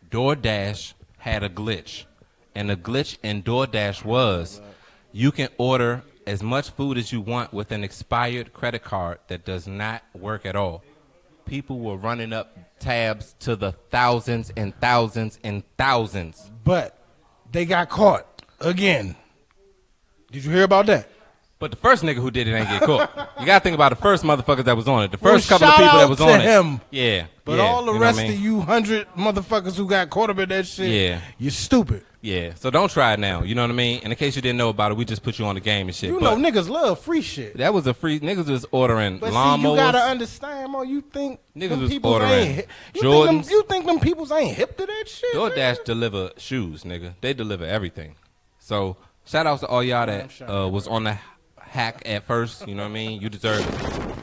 S1: DoorDash had a glitch, and the glitch in DoorDash was you can order as much food as you want with an expired credit card that does not work at all. People were running up tabs to the thousands and thousands and thousands.
S2: But they got caught again. Did you hear about that?
S1: But the first nigga who did it ain't get caught. you gotta think about the first motherfuckers that was on it. The first
S13: Well,
S1: couple of
S13: shout
S1: people
S13: out
S1: that was
S13: to
S1: on
S13: him.
S1: it. Yeah.
S13: But
S1: yeah,
S13: all the
S1: you know what I
S13: rest
S1: mean?
S13: of you hundred motherfuckers who got caught up in that shit,
S1: Yeah.
S13: you stupid.
S1: Yeah. So don't try it now. You know what I mean? And in case you didn't know about it, we just put you on the game and shit.
S13: You
S1: but
S13: know niggas love free shit.
S1: that was a free niggas was ordering
S13: But
S1: lawnmowers.
S13: see, you gotta understand, mo. You think
S1: Niggas
S13: them
S1: was
S13: peoples
S1: ordering
S13: ain't hip- you think
S1: Jordans.
S13: them, you think them peoples ain't hip to that shit?
S1: DoorDash deliver shoes, nigga. They deliver everything. So shout outs to all y'all that uh, was on the hack at first. You know what I mean? You deserve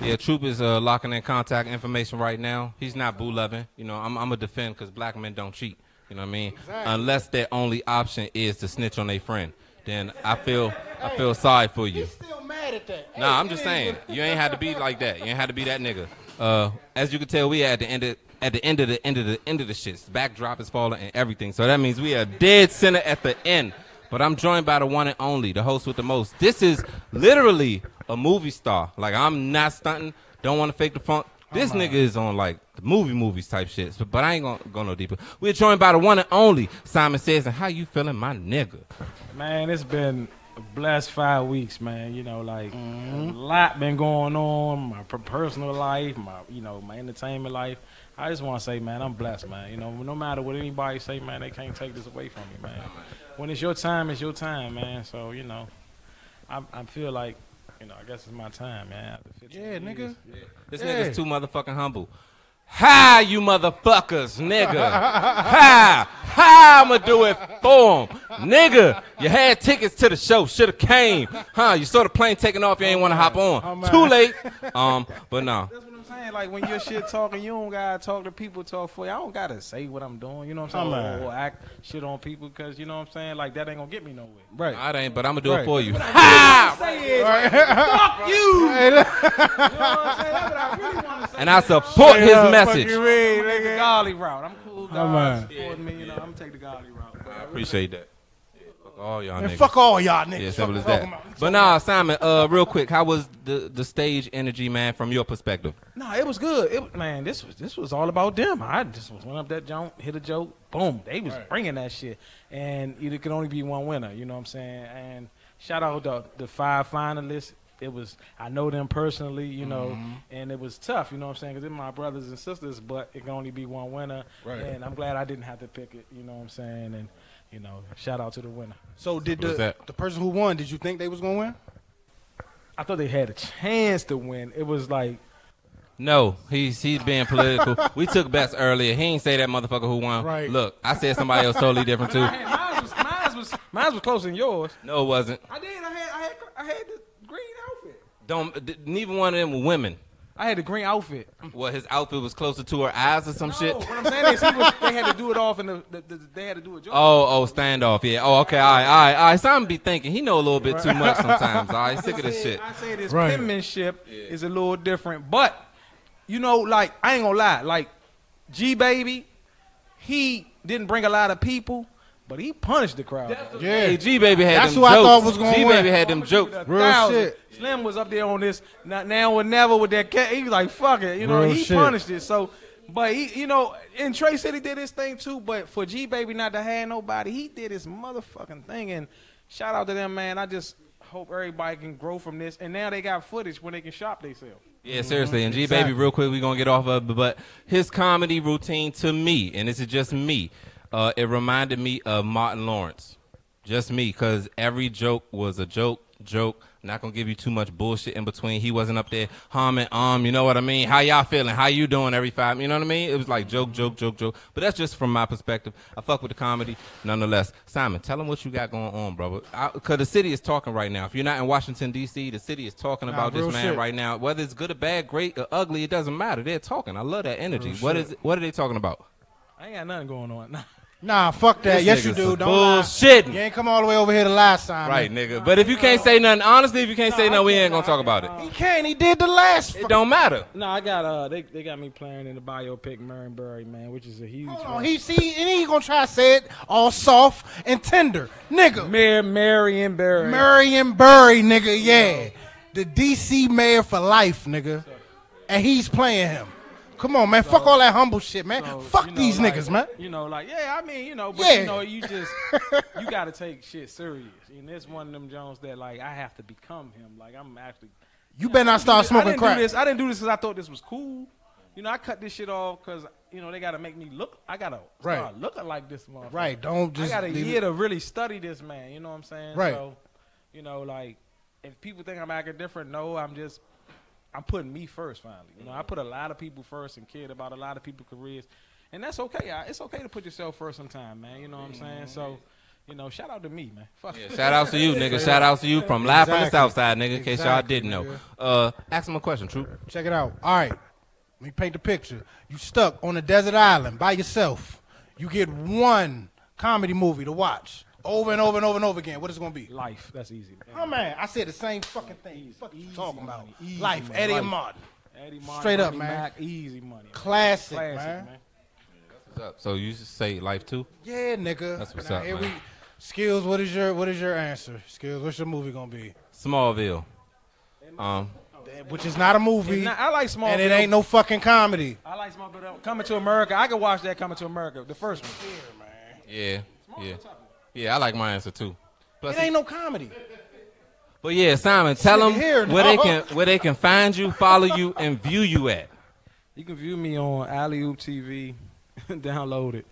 S1: it. Yeah, Troop is uh, locking in contact information right now. He's not boo loving. You know, I'm I'm a defend because black men don't cheat. You know what I mean? Unless their only option is to snitch on their friend, then I feel I feel sorry for you.
S13: still mad at that.
S1: Nah, I'm just saying you ain't had to be like that. You ain't had to be that nigga. Uh, as you can tell, we at the end of at the end of the end of the end of the shits. Backdrop is falling and everything. So that means we are dead center at the end. But I'm joined by the one and only, the host with the most. This is literally a movie star. Like I'm not stunting. Don't want to fake the funk. This nigga is on like the movie movies type shit. But, but I ain't gonna go no deeper. We're joined by the one and only Simon Says. And how you feeling, my nigga?
S16: Man, it's been a blessed five weeks, man. You know, like a lot been going on. My per- personal life, my you know, my entertainment life. I just want to say, man, I'm blessed, man. You know, no matter what anybody say, man, they can't take this away from me, man. When it's your time, it's your time, man. So you know, I I feel like, you know, I guess it's my time, man. After 15
S13: Yeah, nigga.
S16: years.
S1: This
S16: Yeah.
S1: nigga's too motherfucking humble. Hi, you motherfuckers, nigga. Hi, hi, I'ma do it for 'em. Nigga, you had tickets to the show, should've came. Huh, you saw the plane taking off, you ain't wanna hop
S13: Oh,
S1: on. Too late. Um, but no.
S16: I'm saying like when you're shit talking, you don't gotta talk to people talk for you. I don't gotta say what I'm doing. You know what I'm
S1: Come
S16: saying?
S1: on.
S16: Or, or act shit on people because you know what I'm saying. Like that ain't gonna get me nowhere.
S1: Right. I ain't, but I'ma do it
S16: Right.
S1: for you.
S16: That's what
S1: Ha!
S16: I really wanna say is,
S1: Right.
S16: fuck you. you
S1: Right.
S16: know what I'm saying? That's what I really want to say.
S1: And I support his
S16: Yeah, fuck
S1: message.
S16: you mean, nigga. The golly route. I'm cool.
S1: Come
S16: God
S1: on.
S16: support me. You know, I'm gonna take the golly route.
S1: I appreciate that. Fuck all y'all
S13: And
S1: niggas.
S13: fuck all y'all niggas.
S1: Yeah, simple
S13: Fuck
S1: as
S13: all them
S1: that. But nah, Simon, uh, real quick, how was the, the stage energy, man, from your perspective?
S16: No, it was good. It was- man, this was this was all about them. I just was went up that joint, hit a joke, boom. They was bringing that shit, and it could only be one winner. You know what I'm saying? And shout out the the five finalists. It was I know them personally, you know,
S10: Mhm.
S16: and it was tough. You know what I'm saying? Because they're my brothers and sisters, but it can only be one winner.
S10: Right.
S16: And I'm glad I didn't have to pick it. You know what I'm saying? And you know, shout out to the winner.
S13: So did the, the person who won? Did you think they was gonna win?
S16: I thought they had a chance to win. It was like
S1: No, he's he's being political. we took bets earlier. He ain't say that motherfucker who won.
S16: Right.
S1: Look, I said somebody else totally different too.
S16: mine was mine was mine was closer than yours.
S1: No, it wasn't.
S16: I did. I had I had I had the green outfit.
S1: Don't d- neither one of them were women.
S16: I had the green outfit.
S1: Well, his outfit was closer to her eyes or some shit.
S16: What I'm saying is, he was, they had to do it off, and the, the, the, they had to do it.
S1: Oh, oh, standoff. Yeah. Oh, okay. All right, all right, all right. Something be thinking. He know a little bit too much sometimes. All right, sick of this shit.
S16: I say this
S1: Right.
S16: penmanship is a little different, but you know, like I ain't gonna lie, like G baby, he didn't bring a lot of people, but he punished the crowd.
S1: Yeah. Hey, G Baby had
S13: That's
S1: them
S13: who I
S1: jokes.
S13: thought was gonna
S1: G
S13: win.
S1: Baby had them jokes.
S16: Thousand. Slim was up there on this not now or never with that cat. He was like, fuck it. You know,
S13: Real
S16: he
S13: shit.
S16: punished it. So but he, you know, and Trey said he did his thing too, but for G Baby not to have nobody, he did his motherfucking thing. And shout out to them, man. I just hope everybody can grow from this. And now they got footage when they can shop themselves.
S1: Yeah, seriously. And G Baby, real quick, we're going to get off of it. But his comedy routine to me, and this is just me, uh, it reminded me of Martin Lawrence. Just me, because every joke was a joke, joke. Not going to give you too much bullshit in between. He wasn't up there humming, um, you know what I mean? How y'all feeling? How you doing every five? You know what I mean? It was like joke, joke, joke, joke. But that's just from my perspective. I fuck with the comedy nonetheless. Simon, tell them what you got going on, brother. Because the city is talking right now. If you're not in Washington, D.C., the city is talking
S13: Nah,
S1: about
S13: real
S1: this man
S13: shit.
S1: right right now. Whether it's good or bad, great or ugly, it doesn't matter. They're talking. I love that energy.
S2: Oh,
S16: Real
S1: What
S16: shit.
S1: is? What are they talking about?
S16: I ain't got nothing going on.
S13: Nah, fuck that.
S1: This
S13: yes, you
S1: nigga's
S13: do.
S1: a
S13: Don't
S1: bullshitting.
S13: lie. You ain't come all the way over here to lie, Simon.
S1: Right, nigga. But if you can't say nothing, honestly, if you can't say nothing, we ain't gonna talk about it.
S13: He can't. He did the last.
S1: It don't matter.
S16: No, I got uh they, they got me playing in the biopic Murray Berry, man, which is a huge
S13: Hold on, He see, and he gonna try to say it all soft and tender, nigga.
S16: Mayor Marion Barry.
S13: Marion Barry, nigga. Yeah, the DC mayor for life, nigga. And he's playing him.
S2: Come on, man. Fuck all that humble shit, man. Fuck
S16: you know,
S2: these
S16: like-
S2: niggas, man.
S16: You know, like yeah, I mean, you know, but
S2: Yeah.
S16: you know, you just you got to take shit serious. And it's one of them Jones that like I have to become him. Like I'm actually.
S2: You better not start
S16: I
S2: smoking
S16: didn't
S2: crack.
S16: Do this. I didn't do this because I thought this was cool. You know, I cut this shit off because you know they got to make me look. I gotta
S2: Right.
S16: start looking like this motherfucker.
S2: Right, don't just
S16: I got a
S2: leave
S16: year
S2: it-
S16: to really study this man. You know what I'm saying?
S2: Right.
S16: So, you know, like if people think I'm acting different, no, I'm just I'm putting me first. Finally, you know,
S2: Mm-hmm.
S16: I put a lot of people first and cared about a lot of people's careers, and that's okay. I, it's okay to put yourself first sometime, man. You know what I'm saying? So. You know, shout out to me, man. Fuck
S1: Mm-hmm. Yeah, shout outs to you, nigga. Shout outs to you from live from the south side, nigga. In case y'all
S2: Exactly,
S1: didn't know.
S2: nigga.
S1: Uh, ask him a question, Troop.
S2: Check it out. All right. Let me paint the picture. You stuck on a desert island by yourself. You get one comedy movie to watch over and over and over and over again. What is it going to be?
S16: Life. That's easy.
S2: Oh, man. I said the same fucking thing. What you talking about?
S16: Easy
S2: Life.
S16: money.
S2: Eddie
S16: Life.
S2: and Martin.
S16: Eddie Martin,
S2: Straight up,
S16: Bernie
S2: man.
S16: Mac, easy money. man.
S2: Classic, man.
S1: What's up? So you just say life too?
S2: Yeah, nigga.
S1: That's what's
S2: Now,
S1: up,
S2: here
S1: man.
S2: we- Skills, what is your what is your answer? Skills, what's your movie gonna be?
S1: Smallville. Um,
S2: Which is not a movie.
S16: It's not- I like small
S2: And it
S16: Bill.
S2: ain't no fucking comedy.
S16: I like Small Bill. Coming to America. I could watch that Coming to America, the first one.
S1: yeah, yeah, yeah. I like my answer too. Plus,
S2: It ain't no comedy.
S1: but yeah, Simon, tell them
S2: here,
S1: where they
S2: dog.
S16: uh-huh.
S1: can where they can find you, follow you, and view you at.
S16: You can view me on Alley Oop TV. Download it.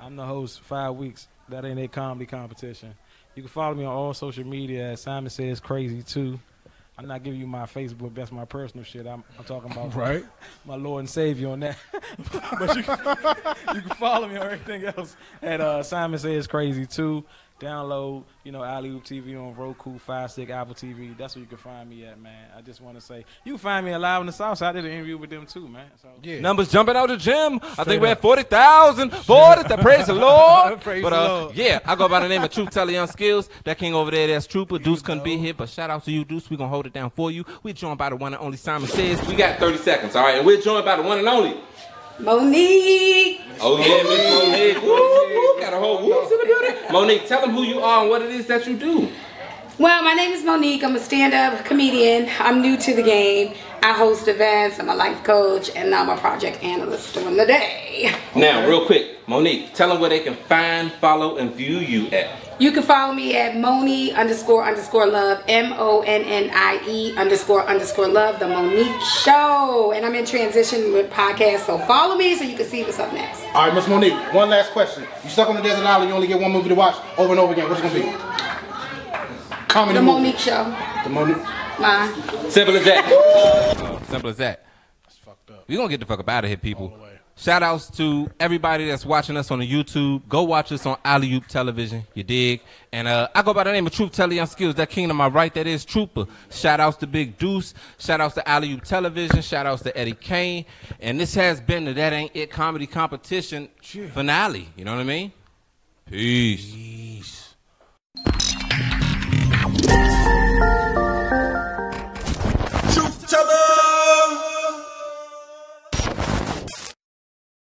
S16: I'm the host. Five weeks. That ain't a comedy competition. You can follow me on all social media. As Simon says, crazy too. I'm not giving you my Facebook. That's my personal shit. I'm, I'm talking about
S2: Right.
S16: my Lord and Savior on that. but you can, you can follow me on everything else at uh, Simon says crazy too. Download, you know, Alley Oop TV on Roku, Fire Stick, Apple TV. That's where you can find me at, man. I just want to say you can find me alive in the South. Side. I did an interview with them too, man. So yeah.
S1: Numbers jumping out the gym. I
S16: Straight
S1: think we're
S16: up.
S1: at 40,000. Boy, that's the praise the Lord.
S16: Praise
S1: but,
S16: the
S1: uh,
S16: Lord.
S1: yeah, I go by the name of Truth Teller Young Skills. That king over there, that's Trooper. Deuce couldn't be here, but shout out to you, Deuce. We're going to hold it down for you. We're joined by the one and only Simon Says. We got 30 seconds, all right? And we're joined by the one and only.
S11: Monique.
S1: Oh, yeah, Miss Monique. Woo, woo, woo. Got a whole whoops in the building. Monique, tell them who you are and what it is that you do.
S11: Well, my name is Monique. I'm a stand-up comedian. I'm new to the game. I host events. I'm a life coach, and I'm a project analyst during the day.
S1: Now, real quick, Monique, tell them where they can find, follow, and view you at.
S11: You can follow me at Moni underscore underscore love M O N N I E underscore underscore love the Monique Show, and I'm in transition with podcasts. So follow me so you can see what's up next.
S2: All right, Miss Monique, one last question. You stuck on the desert island, you only get one movie to watch over and over again. What's it gonna be? Comedy
S11: the
S2: movie.
S11: Monique Show.
S2: The Monique.
S11: Bye.
S1: Simple as that. Simple as that. We're going to get the fuck up out of here, people. Shout outs to everybody that's watching us on the YouTube. Go watch us on Alleyoop Television. You dig? And uh, I go by the name of Truth Telling Young Skills. That king to my right, that is Trooper. Shout outs to Big Deuce. Shout outs to Alleyoop Television. Shout outs to Eddie Kane. And this has been the That Ain't It Comedy Competition finale. You know what I mean? Peace.